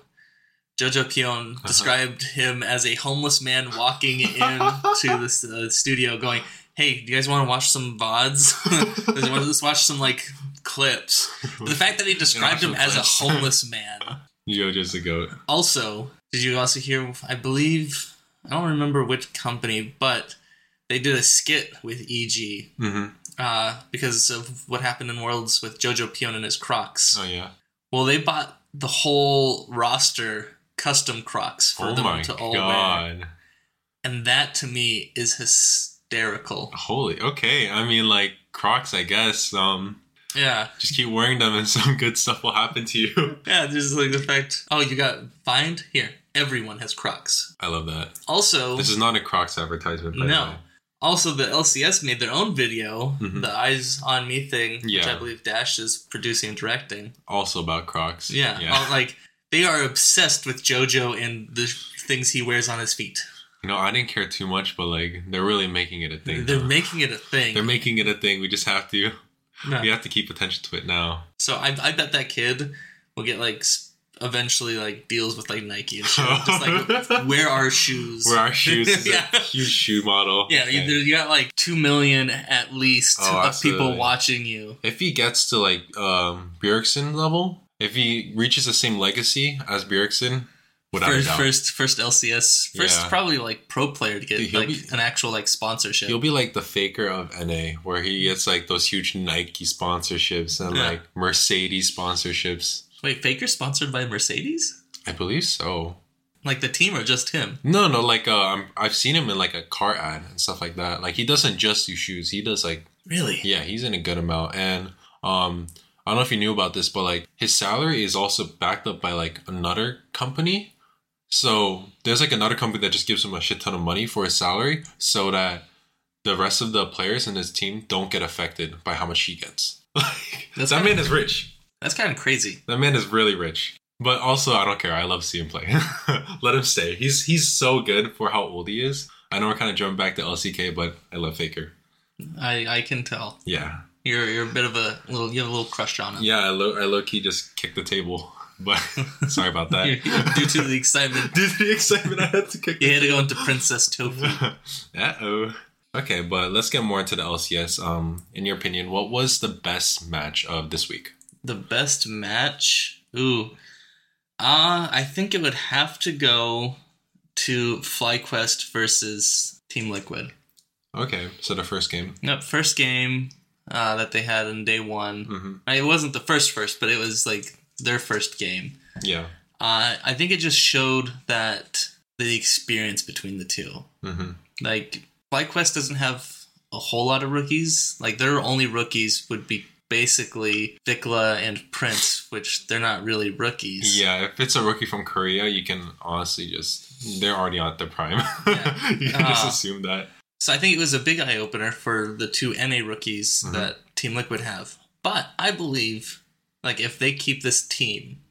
JoJo Pion Uh-huh. described him as a homeless man walking into the uh, studio, going, "Hey, do you guys want to watch some vods? Let's watch- Let's watch some like clips." The fact that he described him some as a clips. homeless man. JoJo's a goat. Also, did you also hear? I believe I don't remember which company, but they did a skit with EG Mm-hmm. uh, because of what happened in Worlds with JoJo Pion and his Crocs. Oh yeah. Well, they bought the whole roster custom Crocs for Oh them my to all wear, god. and that to me is hysterical. Holy. Okay. I mean, like Crocs. I guess. Um, Yeah, just keep wearing them, and some good stuff will happen to you. yeah. Just like the fact, oh, you got fined here. Everyone has Crocs. I love that. Also, This is not a Crocs advertisement. By Oh. No. also the LCS made their own video, Mhm. the Eyes on Me thing, which Yeah. I believe Dash is producing and directing. Also about Crocs. Yeah, Yeah. uh, like they are obsessed with JoJo and the things he wears on his feet. You know, I didn't care too much, but like they're really making it a thing. They're making it a thing. They're making it a thing. We just have to. Yeah. We have to keep attention to it now. So I, I bet that kid will get like s- eventually like deals with like Nike and shit. Just like wear our shoes. Where our shoes is yeah. a huge shoe model. Yeah, you- there- you got like two million at least Oh, of people absolutely. watching you. If he gets to like um Bjergsen level, if he reaches the same legacy as Bjergsen, without a First, doubt, first, first LCS, first Yeah. probably like pro player to get Dude, he'll like be- an actual like sponsorship. he'll be like the faker of NA, where he gets like those huge Nike sponsorships and Yeah. like Mercedes sponsorships. Wait, Faker sponsored by Mercedes? I believe so. Like the team or just him? No, no, like uh, I'm, I've seen him in like a car ad and stuff like that. Like he doesn't just do shoes; he does like Really? Yeah, he's in a good amount. And um I don't know if you knew about this, but like his salary is also backed up by like another company. So there's like another company that just gives him a shit ton of money for his salary so that the rest of the players in his team don't get affected by how much he gets. Like That's that kinda- man is rich. That's kind of crazy. That man is really rich. But also I don't care. I love seeing him play. Let him stay. He's he's so good for how old he is. I know we're kind of jumping back to LCK, but I love Faker. I I can tell Yeah. you're you're a bit of a little you have a little crush on him. Yeah, I low I low key just kicked the table. But sorry about that. Due to the excitement, Due to the excitement, I had to kick. you had to go into Princess Tofu. uh oh. Okay, but let's get more into the LCS. Um, in your opinion, what was the best match of this week? The best match? Ooh. Uh, I think it would have to go to FlyQuest versus Team Liquid. Okay, so the first game. Nope, first game uh, that they had in day one. Mm-hmm. I- It wasn't the first first, but it was like their first game. Yeah. Uh, I think it just showed that the experience between the two. Mm-hmm. Like FlyQuest doesn't have a whole lot of rookies. Like their only rookies would be basically Vikla and Prince, which they're not really rookies. Yeah, if it's a rookie from Korea, you can honestly just they're already at their prime. Yeah. you can just Uh, assume that. So I think it was a big eye opener for the two NA rookies Mhm. that Team Liquid have. But I believe, like, if they keep this team,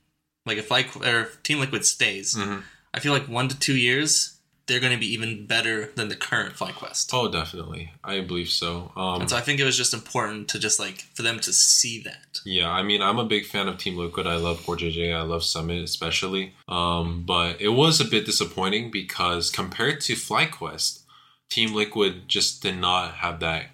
like if like or if Team Liquid stays, Mhm. I feel like one to two years they're going to be even better than the current FlyQuest. Oh, definitely. I believe so. Um, And so I think it was just important to just like for them to see that. yeah, I mean, I'm a big fan of Team Liquid. I love Core JJ. I love Summit especially. Um, but it was a bit disappointing because compared to FlyQuest, Team Liquid just did not have that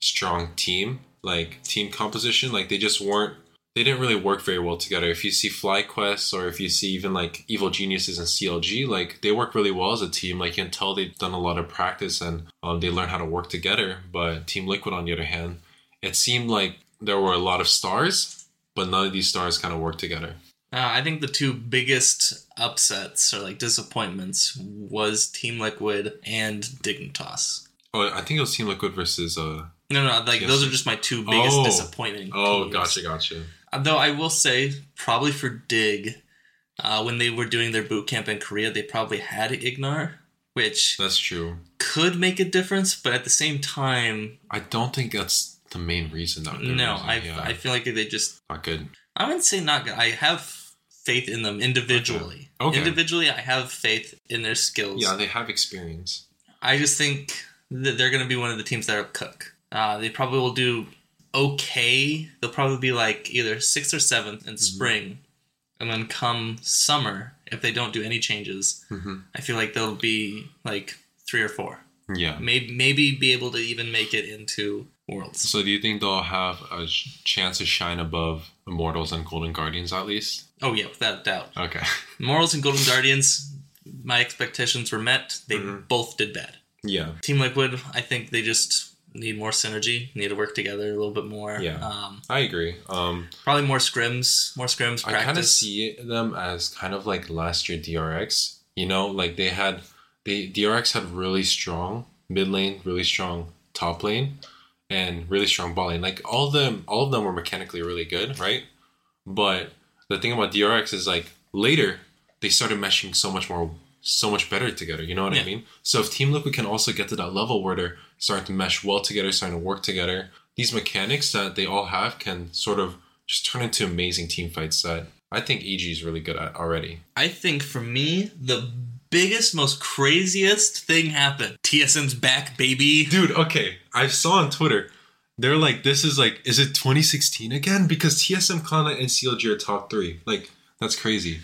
strong team like team composition. Like they just weren't. They didn't really work very well together. If you see FlyQuest or if you see even like Evil Geniuses and CLG, like they work really well as a team. Like you can tell they've done a lot of practice and um, they learn how to work together. But Team Liquid, on the other hand, it seemed like there were a lot of stars, but none of these stars kind of worked together. Uh, I think the two biggest upsets or like disappointments was Team Liquid and Dignitas. Oh, I think it was Team Liquid versus. Uh, No, no, like Yes. those are just my two biggest Oh. disappointing. oh, teams. gotcha, gotcha. Though I will say, probably for Dig, uh, when they were doing their boot camp in Korea, they probably had Ignar, which That's true. could make a difference, but at the same time, I don't think that's the main reason. That the no, reason, I yeah, I feel like they just not good. I wouldn't say not good. I have faith in them individually. Okay. Okay. Individually, I have faith in their skills. Yeah, they have experience. I just think that they're going to be one of the teams that are cook. Uh, they probably will do okay. They'll probably be like either sixth or seventh in spring, and then come summer, if they don't do any changes, Mhm. I feel like they'll be like three or four. Yeah. Maybe maybe be able to even make it into worlds. So do you think they'll have a sh- chance to shine above Immortals and Golden Guardians at least? Oh yeah, without a doubt. Okay. Morals and Golden Guardians, my expectations were met. They both did bad. Yeah. Team Liquid, I think they just need more synergy, need to work together a little bit more. Yeah. Um, I agree. Um, probably more scrims, more scrims I kind of practice. see them as kind of like last year DRX. You know, like they had they DRX had really strong mid lane, really strong top lane, and really strong ball lane. Like all of them, all of them were mechanically really good, right? But the thing about DRX is like later they started meshing so much more, so much better together. You know what I Yeah. mean? So if Team Liquid can also get to that level where they're starting to mesh well together, starting to work together, these mechanics that they all have can sort of just turn into amazing team fights that I think EG is really good at already. I think for me, the biggest, most craziest thing happened. TSM's back, baby. Dude, okay, I saw on Twitter, they're like, this is like, is it 2016 again? Because TSM Kana and CLG are top three. Like, that's crazy.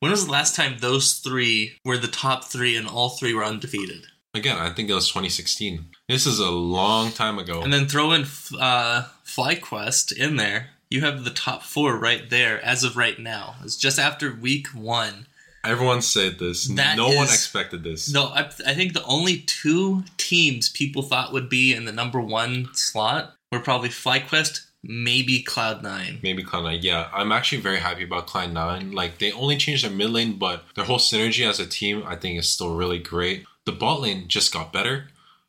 When was the last time those three were the top three and all three were undefeated? Again, I think it was 2016. This is a long time ago. And then throw in f- uh, FlyQuest in there. You have the top four right there as of right now. It's just after week one. Everyone said this. That no one is- expected this. No, I, I think the only two teams people thought would be in the number one slot were probably FlyQuest, maybe Cloud9. Maybe Cloud Nine. Yeah, I'm actually very happy about Cloud Nine. Like they only changed their mid lane, but their whole synergy as a team, I think, is still really great. The bot lane just got better.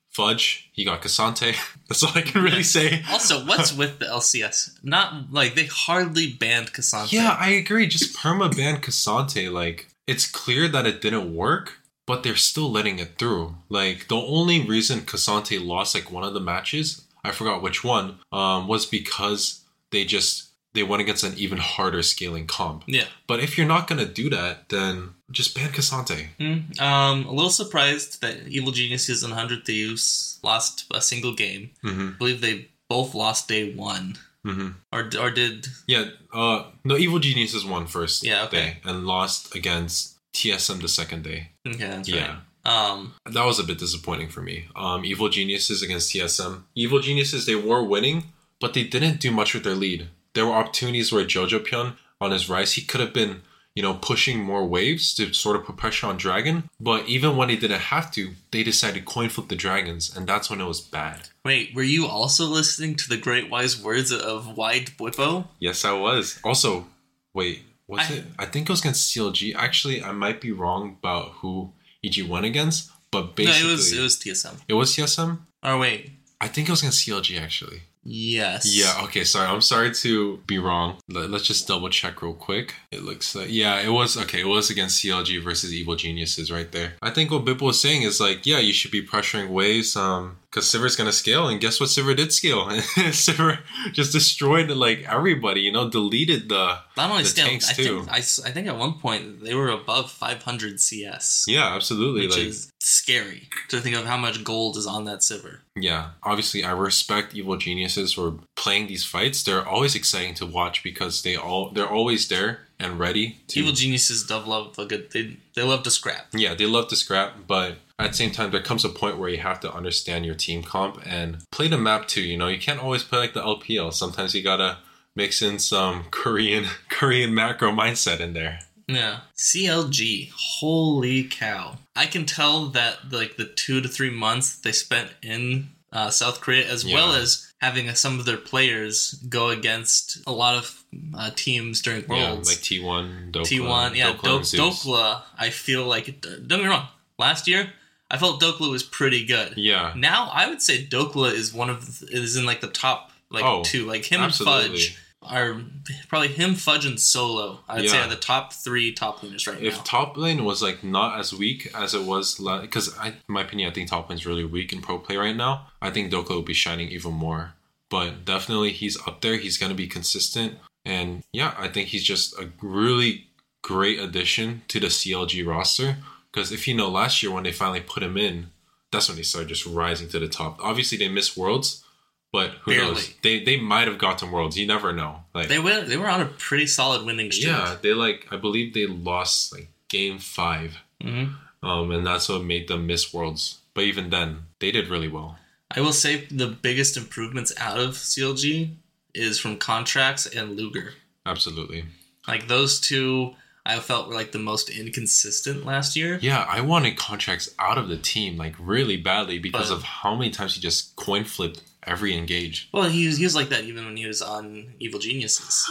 Fudge, he got Cassante. That's all I can really say. Also, what's with the LCS? Not like they hardly banned Cassandra. Yeah, I agree. Just perma ban Cassante. Like, it's clear that it didn't work, but they're still letting it through. Like, the only reason Cassante lost like one of the matches, I forgot which one, um, was because they just they went against an even harder scaling comp. yeah. But if you're not gonna do that, then just ban Cassante. Mm, um, a little surprised that Evil Geniuses and Hundred Thieves lost a single game. Mm-hmm. I believe they both lost day one. hmm or or did Yeah. Uh, no, Evil Geniuses won first. Yeah, okay. Day and lost against TSM the second day. okay that's yeah. right. Um, That was a bit disappointing for me. Um, Evil Geniuses against TSM. Evil Geniuses, they were winning, but they didn't do much with their lead. There were opportunities where Jojo Pion on his rise, he could have been, you know, pushing more waves to sort of put pressure on Dragon. But even when he didn't have to, they decided to coin flip the Dragons, and that's when it was bad. wait, were you also listening to the great wise words of Wide Bwipo? Yes, I was. Also, wait, was I- it? I think it was against CLG. Actually, I might be wrong about who EG went against, but No, basically, it was uh, it was TSM. it was TSM. Or wait, I think it was against CLG actually. yes, Yeah, okay, sorry. I'm sorry to be wrong. Let, us just double check real quick. It looks like, yeah, it was, okay, it was against CLG versus Evil Geniuses right there. I think what Bipple was saying is like, yeah, you should be pressuring waves um, because Sivir's going to scale. And guess what? Sivir did scale. Sivir just destroyed like everybody, you know, deleted the. Not only The still, I tanks, too. think I, s- I think at one point they were above 500 CS, Yeah, absolutely. which like, is scary to think of how much gold is on that silver. yeah, obviously, I respect Evil Geniuses for playing these fights. They're always exciting to watch because they all, they're always there and ready to. Evil geniuses do love a good. They they love to scrap. Yeah, they love to scrap, but at the same time, there comes a point where you have to understand your team comp and play the map too. You know, you can't always play like the LPL. Sometimes you gotta mix in some Korean Korean macro mindset in there. Yeah. CLG. Holy cow! I can tell that like the two to three months they spent in uh, South Korea, as Yeah. well as having uh, some of their players go against a lot of uh, teams during Yeah, Worlds. like T one, T1, yeah, Do- Dokla. I feel like it, don't get me wrong. Last year, I felt Dokla was pretty good. Yeah, Now I would say Dokla is one of the- is in like the top like Oh, two. Like him and absolutely. Fudge are probably him, Fudge, and Solo. I'd say Yeah. are the top three top winners right If now. top lane was like not as weak as it was, because I, in my opinion, I think top lane's really weak in pro play right now. I think Dokla will be shining even more, but definitely he's up there. He's gonna be consistent, and yeah, I think he's just a really great addition to the CLG roster. Because if you know, last year when they finally put him in, that's when they started just rising to the top. Obviously, they missed Worlds, but who Barely. knows? They they might have gotten Worlds. You never know. Like they were they were on a pretty solid winning streak. yeah, they like I believe they lost like game five. Mhm. Um, and that's what made them miss Worlds. But even then, they did really well. I will say the biggest improvements out of CLG is from contracts and Luger. Absolutely. Like those two, I felt were like the most inconsistent last year. Yeah, I wanted contracts out of the team like really badly because But- of how many times he just coin flipped every engage. Well, he was, he was like that even when he was on Evil Geniuses.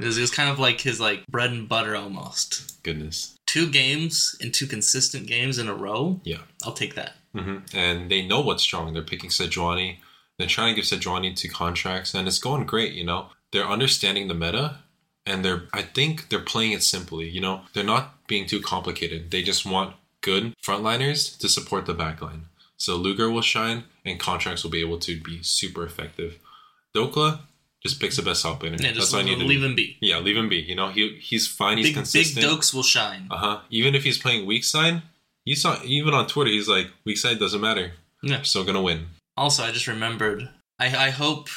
it, was, it was kind of like his like bread and butter almost. Goodness. Two games and two consistent games in a row. Yeah. I'll take that. hmm And they know what's strong. They're picking Sejuani. They're trying to give Sejuani to contracts, and it's going great. You know, they're understanding the meta, and they're I think they're playing it simply. You know, they're not being too complicated. They just want good frontliners to support the backline. So Luger will shine, and contracts will be able to be super effective. Dokla just picks the best top laner. Yeah, just That's what I need to leave do. him be. Yeah, leave him be. You know, he he's fine. He's Big big consistent. dokes will shine. Uh huh. Even if he's playing weak side, you saw even on Twitter, he's like, weak side doesn't matter. Yeah. I'm still gonna win. Also, I just remembered. I I hope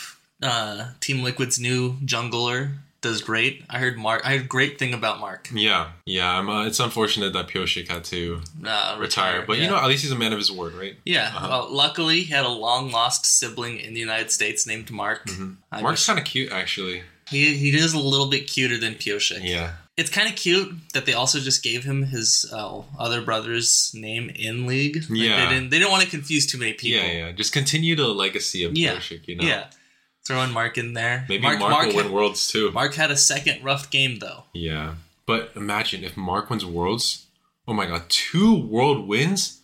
uh, Team Liquid's new jungler does great. I heard Mark. I heard great thing about Mark Yeah, yeah. I'm, uh, it's unfortunate that Pioshik had to uh, retire, but yeah. you know, at least he's a man of his word, right? Yeah, Uh-huh. well, luckily he had a long lost sibling in the United States named Mark. I Mm-hmm. Mark's kind of cute, actually. He he is a little bit cuter than Pioshek. Yeah. It's kind of cute that they also just gave him his uh, other brother's name in league. Like, Yeah. They didn't they didn't want to confuse too many people. Yeah, yeah. Just continue the legacy of Yeah, Pioshik, you know. Yeah. Throwing Mark in there. Maybe Mark Mark, will had, win Worlds too. Mark had a second rough game though. Yeah. But imagine if Mark wins Worlds. Oh my God, two World wins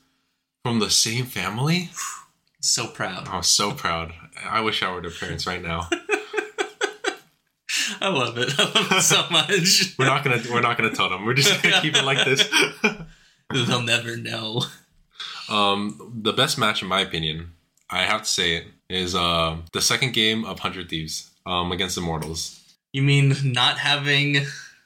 from the same family. So proud. I was so proud. I wish I were their parents right now. I love it. I love it so much. We're not gonna we're not gonna tell them. We're just gonna keep it like this. They'll never know. Um, the best match in my opinion, I have to say it, is um the second game of Hundred Thieves um against Immortals. You mean not having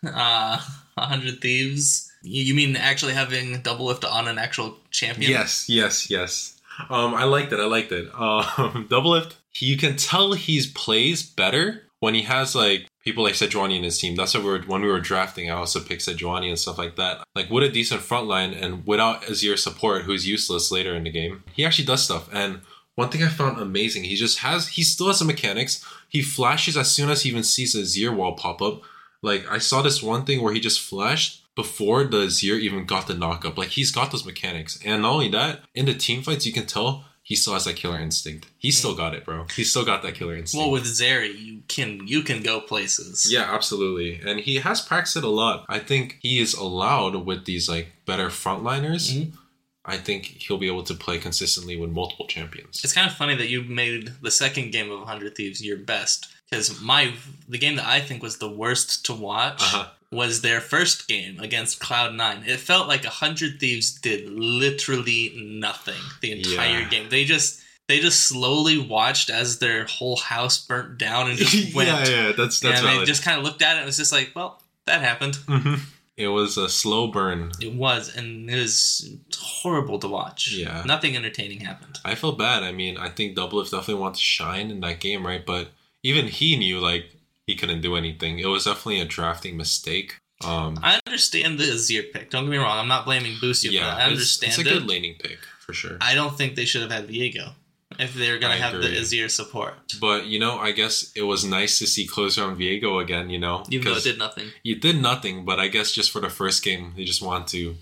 uh, 100 Thieves? You you mean actually having Double Lift on an actual champion? Yes, yes, yes. Um, I liked it. I liked it. Um, Doublelift. You can tell he's plays better when he has like people like Sejuani in his team, that's what we were when we were drafting. I also picked Sejuani and stuff like that. Like what a decent front line, and without Azir support, who's useless later in the game, he actually does stuff. And one thing I found amazing, he just has he still has some mechanics. He flashes as soon as he even sees a Azir wall pop up. Like I saw this one thing where he just flashed before the Azir even got the knock up. Like he's got those mechanics. And not only that, in the team fights you can tell he still has that killer instinct. He still got it, bro. He still got that killer instinct. Mm. Well, with Zeri, you can you can go places. Yeah, absolutely. And he has practiced it a lot. I think he is allowed with these like better frontliners. Mm-hmm. I think he'll be able to play consistently with multiple champions. It's kind of funny that you made the second game of 100 Thieves your best because my the game that I think was the worst to watch Uh-huh. was their first game against Cloud9. It felt like 100 Thieves did literally nothing the entire Yeah. game. They just they just slowly watched as their whole house burnt down and just went. yeah, yeah, that's that's and they valid. just kind of looked at it and was just like, well, that happened. Mhm. It was a slow burn. It was, and it was horrible to watch. Yeah. Nothing entertaining happened. I feel bad. I mean, I think Doublelift definitely wanted to shine in that game, right? But even he knew like he couldn't do anything. It was definitely a drafting mistake. Um, I understand the Azir pick. Don't get me wrong. I'm not blaming Busio for yeah, that. I it's, understand it's a good it. laning pick for sure. I don't think they should have had Viego if they're going I to have the agree. Azir support, But you know, I guess it was nice to see closer on Viego again. You know, even though it 'cause did nothing. you did nothing, but I guess just for the first game, they just want to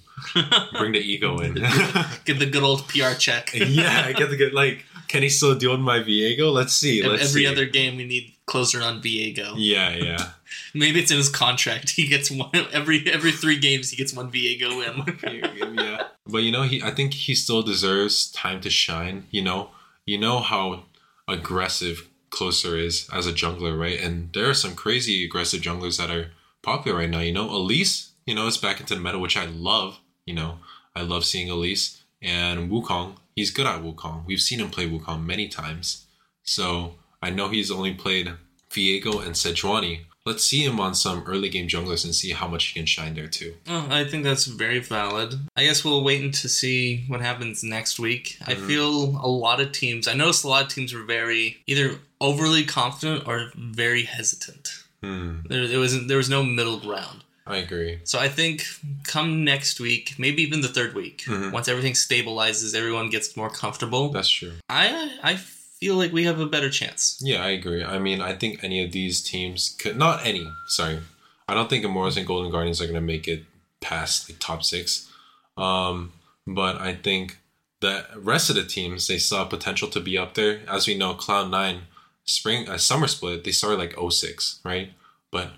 bring the ego in. Get the good old PR check. yeah, I get to get like, can he still deal with my Viego? Let's see. Ev- Let's Every see. other game, we need closer on Viego. Yeah, yeah. Maybe it's in his contract. He gets one every every three games. He gets one Viego win. yeah. But you know, he I think he still deserves time to shine, you know. You know how aggressive Closer is as a jungler, right? And there are some crazy aggressive junglers that are popular right now, you know. Elise, you know, is back into the meta, which I love, you know. I love seeing Elise and Wukong. He's good at Wukong. We've seen him play Wukong many times. So I know he's only played Viego and Sejuani. Let's see him on some early game junglers and see how much he can shine there too. Oh, I think that's very valid. I guess we'll wait and to see what happens next week. I Mhm. feel a lot of teams. I noticed a lot of teams were very either overly confident or very hesitant. Hmm. There, there was there was no middle ground. I agree. So I think come next week, maybe even the third week, Mhm. once everything stabilizes, everyone gets more comfortable. That's true. I I feel like we have a better chance. Yeah, I agree. I mean, I think any of these teams could not any. Sorry, I don't think Amoras and Golden Guardians are going to make it past like top six. Um, but I think the rest of the teams they saw potential to be up there. As we know, Cloud Nine spring uh, summer split they started like 06, right? But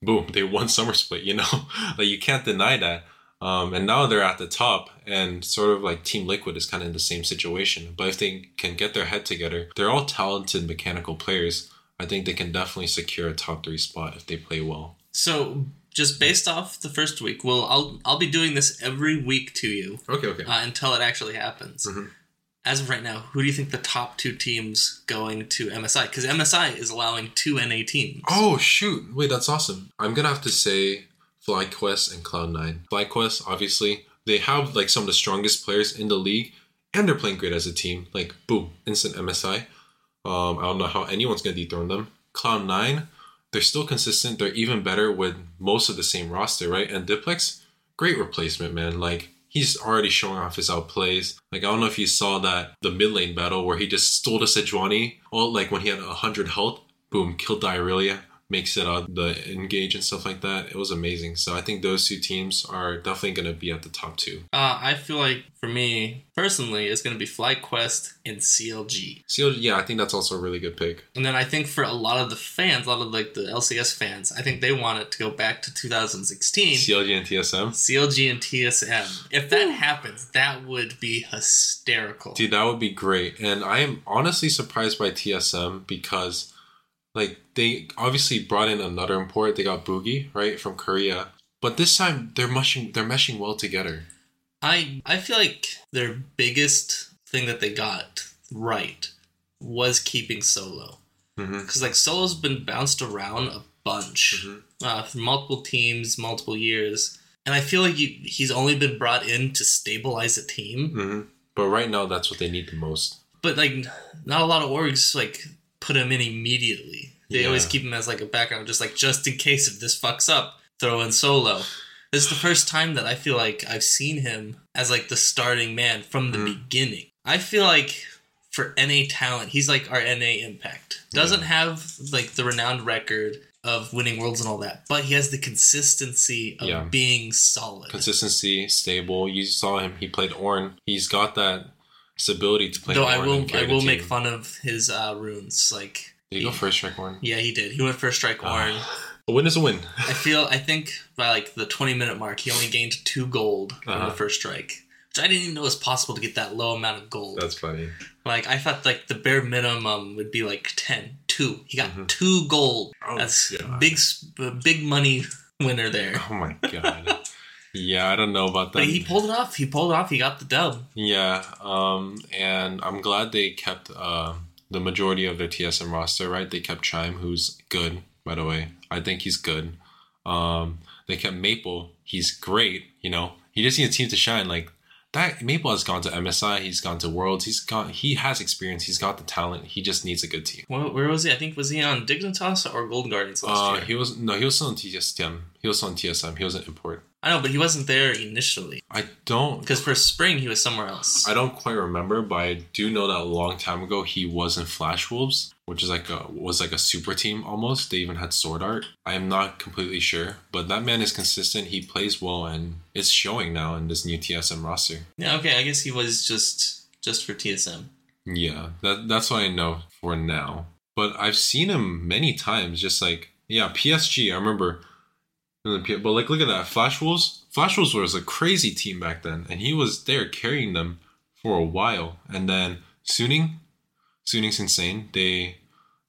boom, they won summer split. You know, like you can't deny that. Um, and now they're at the top, and sort of like Team Liquid is kind of in the same situation. But if they can get their head together, they're all talented mechanical players. I think they can definitely secure a top three spot if they play well. So just based off the first week, well, I'll I'll be doing this every week to you Okay, okay. uh, until it actually happens. Mhm. As of right now, who do you think the top two teams going to MSI? Because MSI is allowing two NA teams. Oh shoot! Wait, that's awesome. I'm gonna have to say FlyQuest and Cloud9. FlyQuest, obviously, they have like some of the strongest players in the league, and they're playing great as a team. Like boom, instant MSI. Um, I don't know how anyone's gonna dethrone them. Cloud9, they're still consistent. They're even better with most of the same roster, right? And Diplex, great replacement, man. Like. He's already showing off his outplays. Like I don't know if you saw that the mid lane battle where he just stole the Sejuani. All like when he had hundred health, boom, killed Diarrhea, makes it on the engage and stuff like that. It was amazing. So I think those two teams are definitely going to be at the top two. Uh, I feel like for me personally, it's going to be FlyQuest and CLG. So yeah, I think that's also a really good pick. And then I think for a lot of the fans, a lot of like the LCS fans, I think they want it to go back to 2016. CLG and TSM. CLG and TSM. If that happens, that would be hysterical. Dude, that would be great. And I am honestly surprised by TSM because, like, they obviously brought in another import. They got Boogie right from Korea, but this time they're mushing. They're meshing well together. I I feel like their biggest thing that they got right was keeping solo Mm-hmm. because like solo's been bounced around a bunch Mhm. uh, from multiple teams, multiple years, and I feel like you, he's only been brought in to stabilize a team. Mm-hmm. But right now, that's what they need the most. but like not a lot of orgs like put him in immediately They Yeah. always keep him as like a background, just like just in case if this fucks up, throw in Solo. This is the first time that I feel like I've seen him as like the starting man from the Mhm. beginning. I feel like for NA talent, he's like our NA impact. Doesn't have like the renowned record of winning worlds and all that, but he has the consistency of Yeah. being solid. Consistency, stable. You saw him. He played Orn. He's got that stability to play. Though Ornn I and will, I carry the will team. make fun of his uh, runes. Like, Did you go first strike Orn? yeah, he did. He went first strike Ah. Orn. A win is a win. I feel I think by like the 20 minute mark, he only gained two gold from Uh-huh. the first strike, which I didn't even know was possible to get that low amount of gold. funny. like I thought like the bare minimum would be like 10, two. He got Mhm. two gold. Oh, That's God. big, s- uh, big money winner there. Oh my god. yeah, I don't know about that. But he pulled it off. He pulled it off. He got the dub. Yeah, um, and I'm glad they kept uh, the majority of their TSM roster, right? They kept Chime, who's good, by the way. I think he's good. Um, they kept Maple. He's great, you know. He just needs a team to shine. Like that Maple has gone to MSI, he's gone to Worlds, he's gone he has experience, he's got the talent, he just needs a good team. Where, where was he? I think was he on Dignitas or Gold Guardians last Uh, year? he was no, he was still on TSM. He was still on TSM, he was an import. I know, but he wasn't there initially I don't because for spring he was somewhere else. I don't quite remember, but I do know that a long time ago he was in Flash Wolves, which is like a was like a super team almost. They even had Sword Art. I am not completely sure, but that man is consistent. He plays well, and it's showing now in this new TSM roster. yeah, okay. I guess he was just just for TSM. Yeah, that that's what I know for now. But I've seen him many times, just like yeah, PSG. I remember. And the P- But like, look at that Flash Wolves. Flash Wolves was a crazy team back then, and he was there carrying them for a while. And then Suning, Suning's insane. They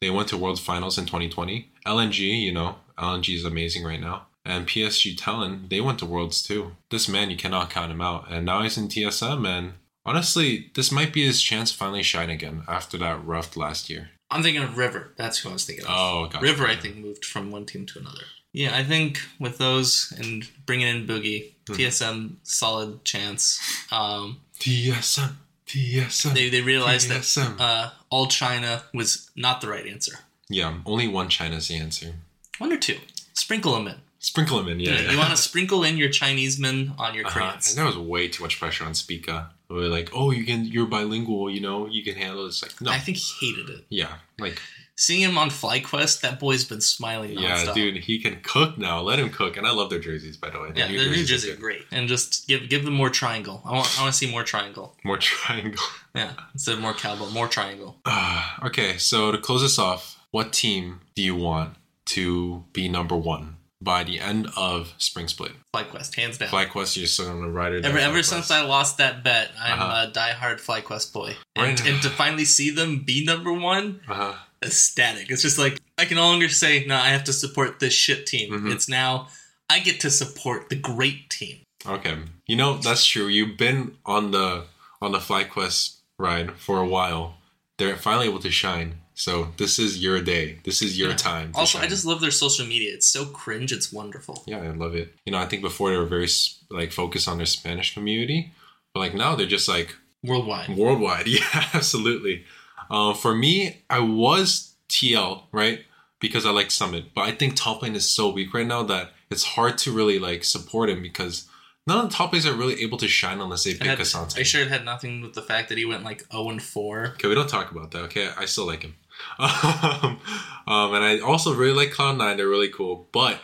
they went to World Finals in 2020. LNG, you know, LNG is amazing right now. And PSG Talon, they went to Worlds too. This man, you cannot count him out. And now he's in TSM, and honestly, this might be his chance to finally shine again after that rough last year. I'm thinking of River. That's who I was thinking of. Oh, gotcha. River, I think, moved from one team to another. Yeah, I think with those and bringing in Boogie, TSM solid chance. Um, TSM, TSM. they they realized that TSM. uh, all China was not the right answer. yeah, only one China's the answer. One or two, sprinkle them in. Sprinkle him in, yeah. Yeah, yeah. You want to sprinkle in your Chinese men on your Uh-huh. crayons. And there was way too much pressure on Spica. We were like, oh, you can, you're bilingual, you know, you can handle this. Like, no, I think he hated it. yeah, like, Seeing him on FlyQuest, that boy's been smiling nonstop. yeah, dude, he can cook now. Let him cook. And I love their jerseys, by the way. Yeah, the New jerseys Jersey are are good. great. And just give give them more triangle. I want I want to see more triangle. More triangle. Yeah, instead of more cowbell, more triangle. Ah, okay, so to close this off, what team do you want to be number one by the end of Spring Split? FlyQuest, hands down. FlyQuest, you're still gonna ride it. ever ever since I lost that bet, I'm Uh-huh. a diehard FlyQuest boy. Right. And, and to finally see them be number one, Uh-huh. ecstatic. It's just like I can no longer say, no, I have to support this shit team. Mhm. It's now I get to support the great team. Okay, you know that's true. You've been on the on the FlyQuest ride for a while. They're finally able to shine. So this is your day. This is your Yeah. time. to Also, I shine. just love their social media. It's so cringe, it's wonderful. yeah, I love it. You know, I think before they were very s- like focused on their Spanish community, but like now they're just like Mm-hmm. Worldwide. worldwide. Yeah, absolutely. Uh, for me, I was TL right because I like Summit, but I think top lane is so weak right now that it's hard to really like support him because none of the top lanes are really able to shine unless they It pick had, Asante. I sure it had nothing with the fact that he went like 0 and 4. Okay, we don't talk about that. Okay, I still like him. Um, um, and I also really like Cloud Nine. They're really cool. But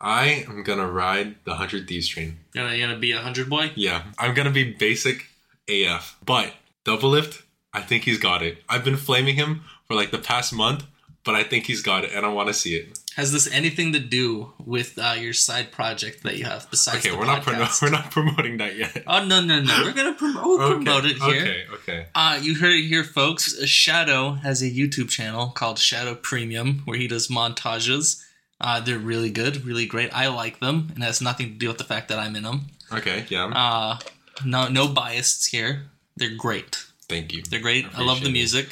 I am gonna ride the Hundred Thieves train. You're gonna, you're gonna be a 100 boy? Yeah, I'm gonna be basic AF. But double lift, I think he's got it. I've been flaming him for like the past month, but I think he's got it, and I want to see it. Has this anything to do with uh, your side project that you have besides? Okay, the we're not promo podcast? we're not promoting that yet. Oh no no no! We're gonna promote, we'll promote it here. Okay, okay. Uh, you heard it here, folks. Uh, Shadow has a YouTube channel called Shadow Premium where he does montages. Uh, they're really good, really great. I like them, and it has nothing to do with the fact that I'm in them. Okay, yeah. Uh, no no biases here. They're great. thank you. They're great. I, love Appreciate the it. music.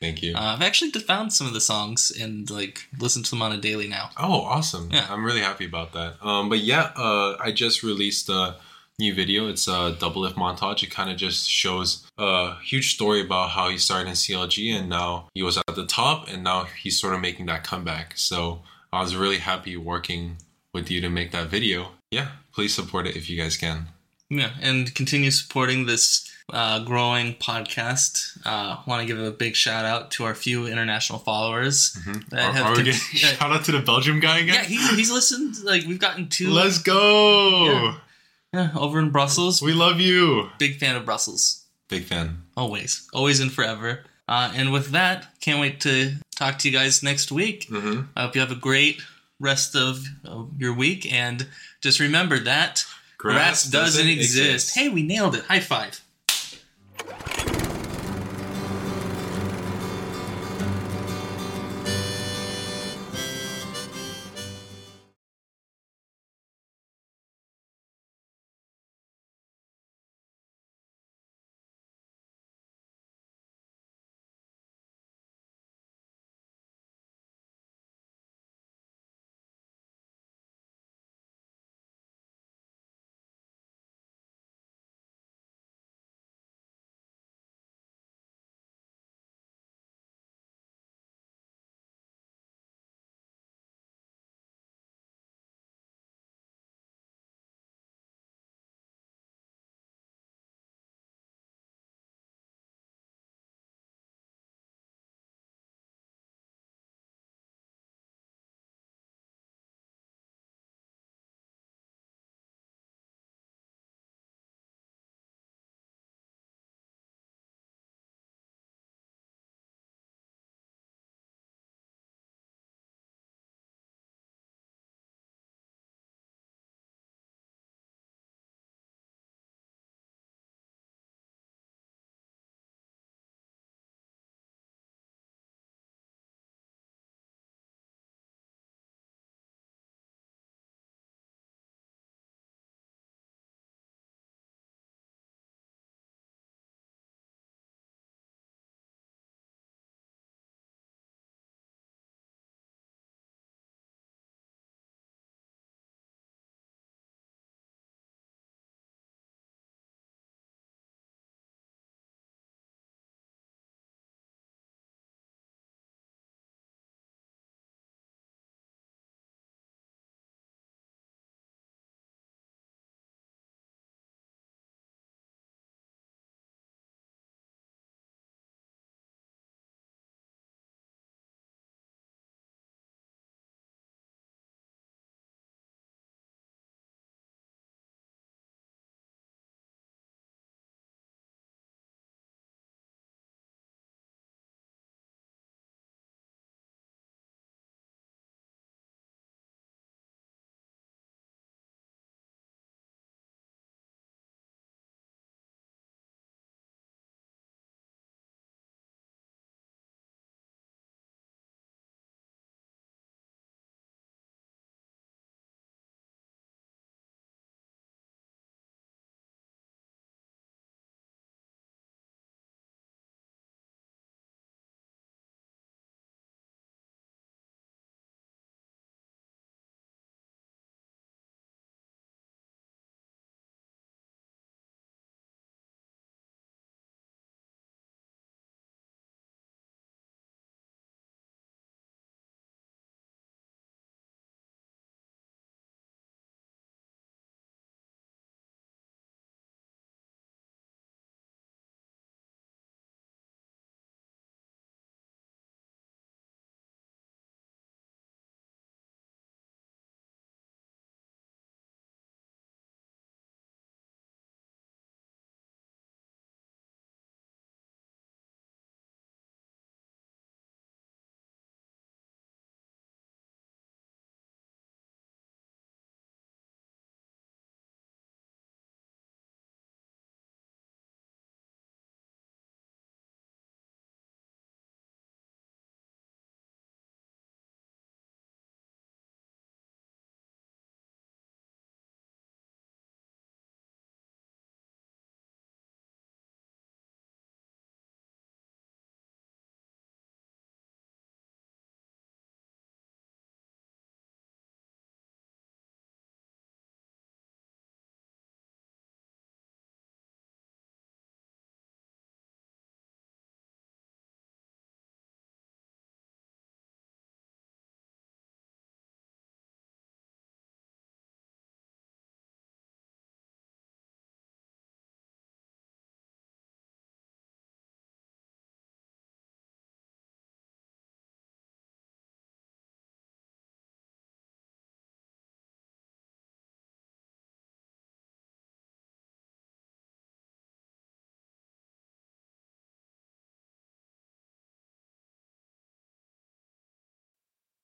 Thank you. Uh, I've actually found some of the songs and like listened to them on a daily now. Oh, awesome. Yeah. I'm really happy about that. Um, but yeah, uh, I just released a new video. It's a double lift montage. It kind of just shows a huge story about how he started in CLG and now he was at the top and now he's sort of making that comeback. So I was really happy working with you to make that video. Yeah, please support it if you guys can. Yeah, and continue supporting this uh, growing podcast. Uh, Want to give a big shout out to our few international followers. Mm-hmm. Are, have are con- we getting, that- shout out to the Belgium guy again? yeah, he, he's listened. Like we've gotten two Let's go. Yeah. yeah, over in Brussels. We love you. Big fan of Brussels, Big fan. always, always and forever. Uh, and with that, can't wait to talk to you guys next week. Mm-hmm. I hope you have a great rest of of your week, and just remember that grass, doesn't, exist. Hey, we nailed it! High five.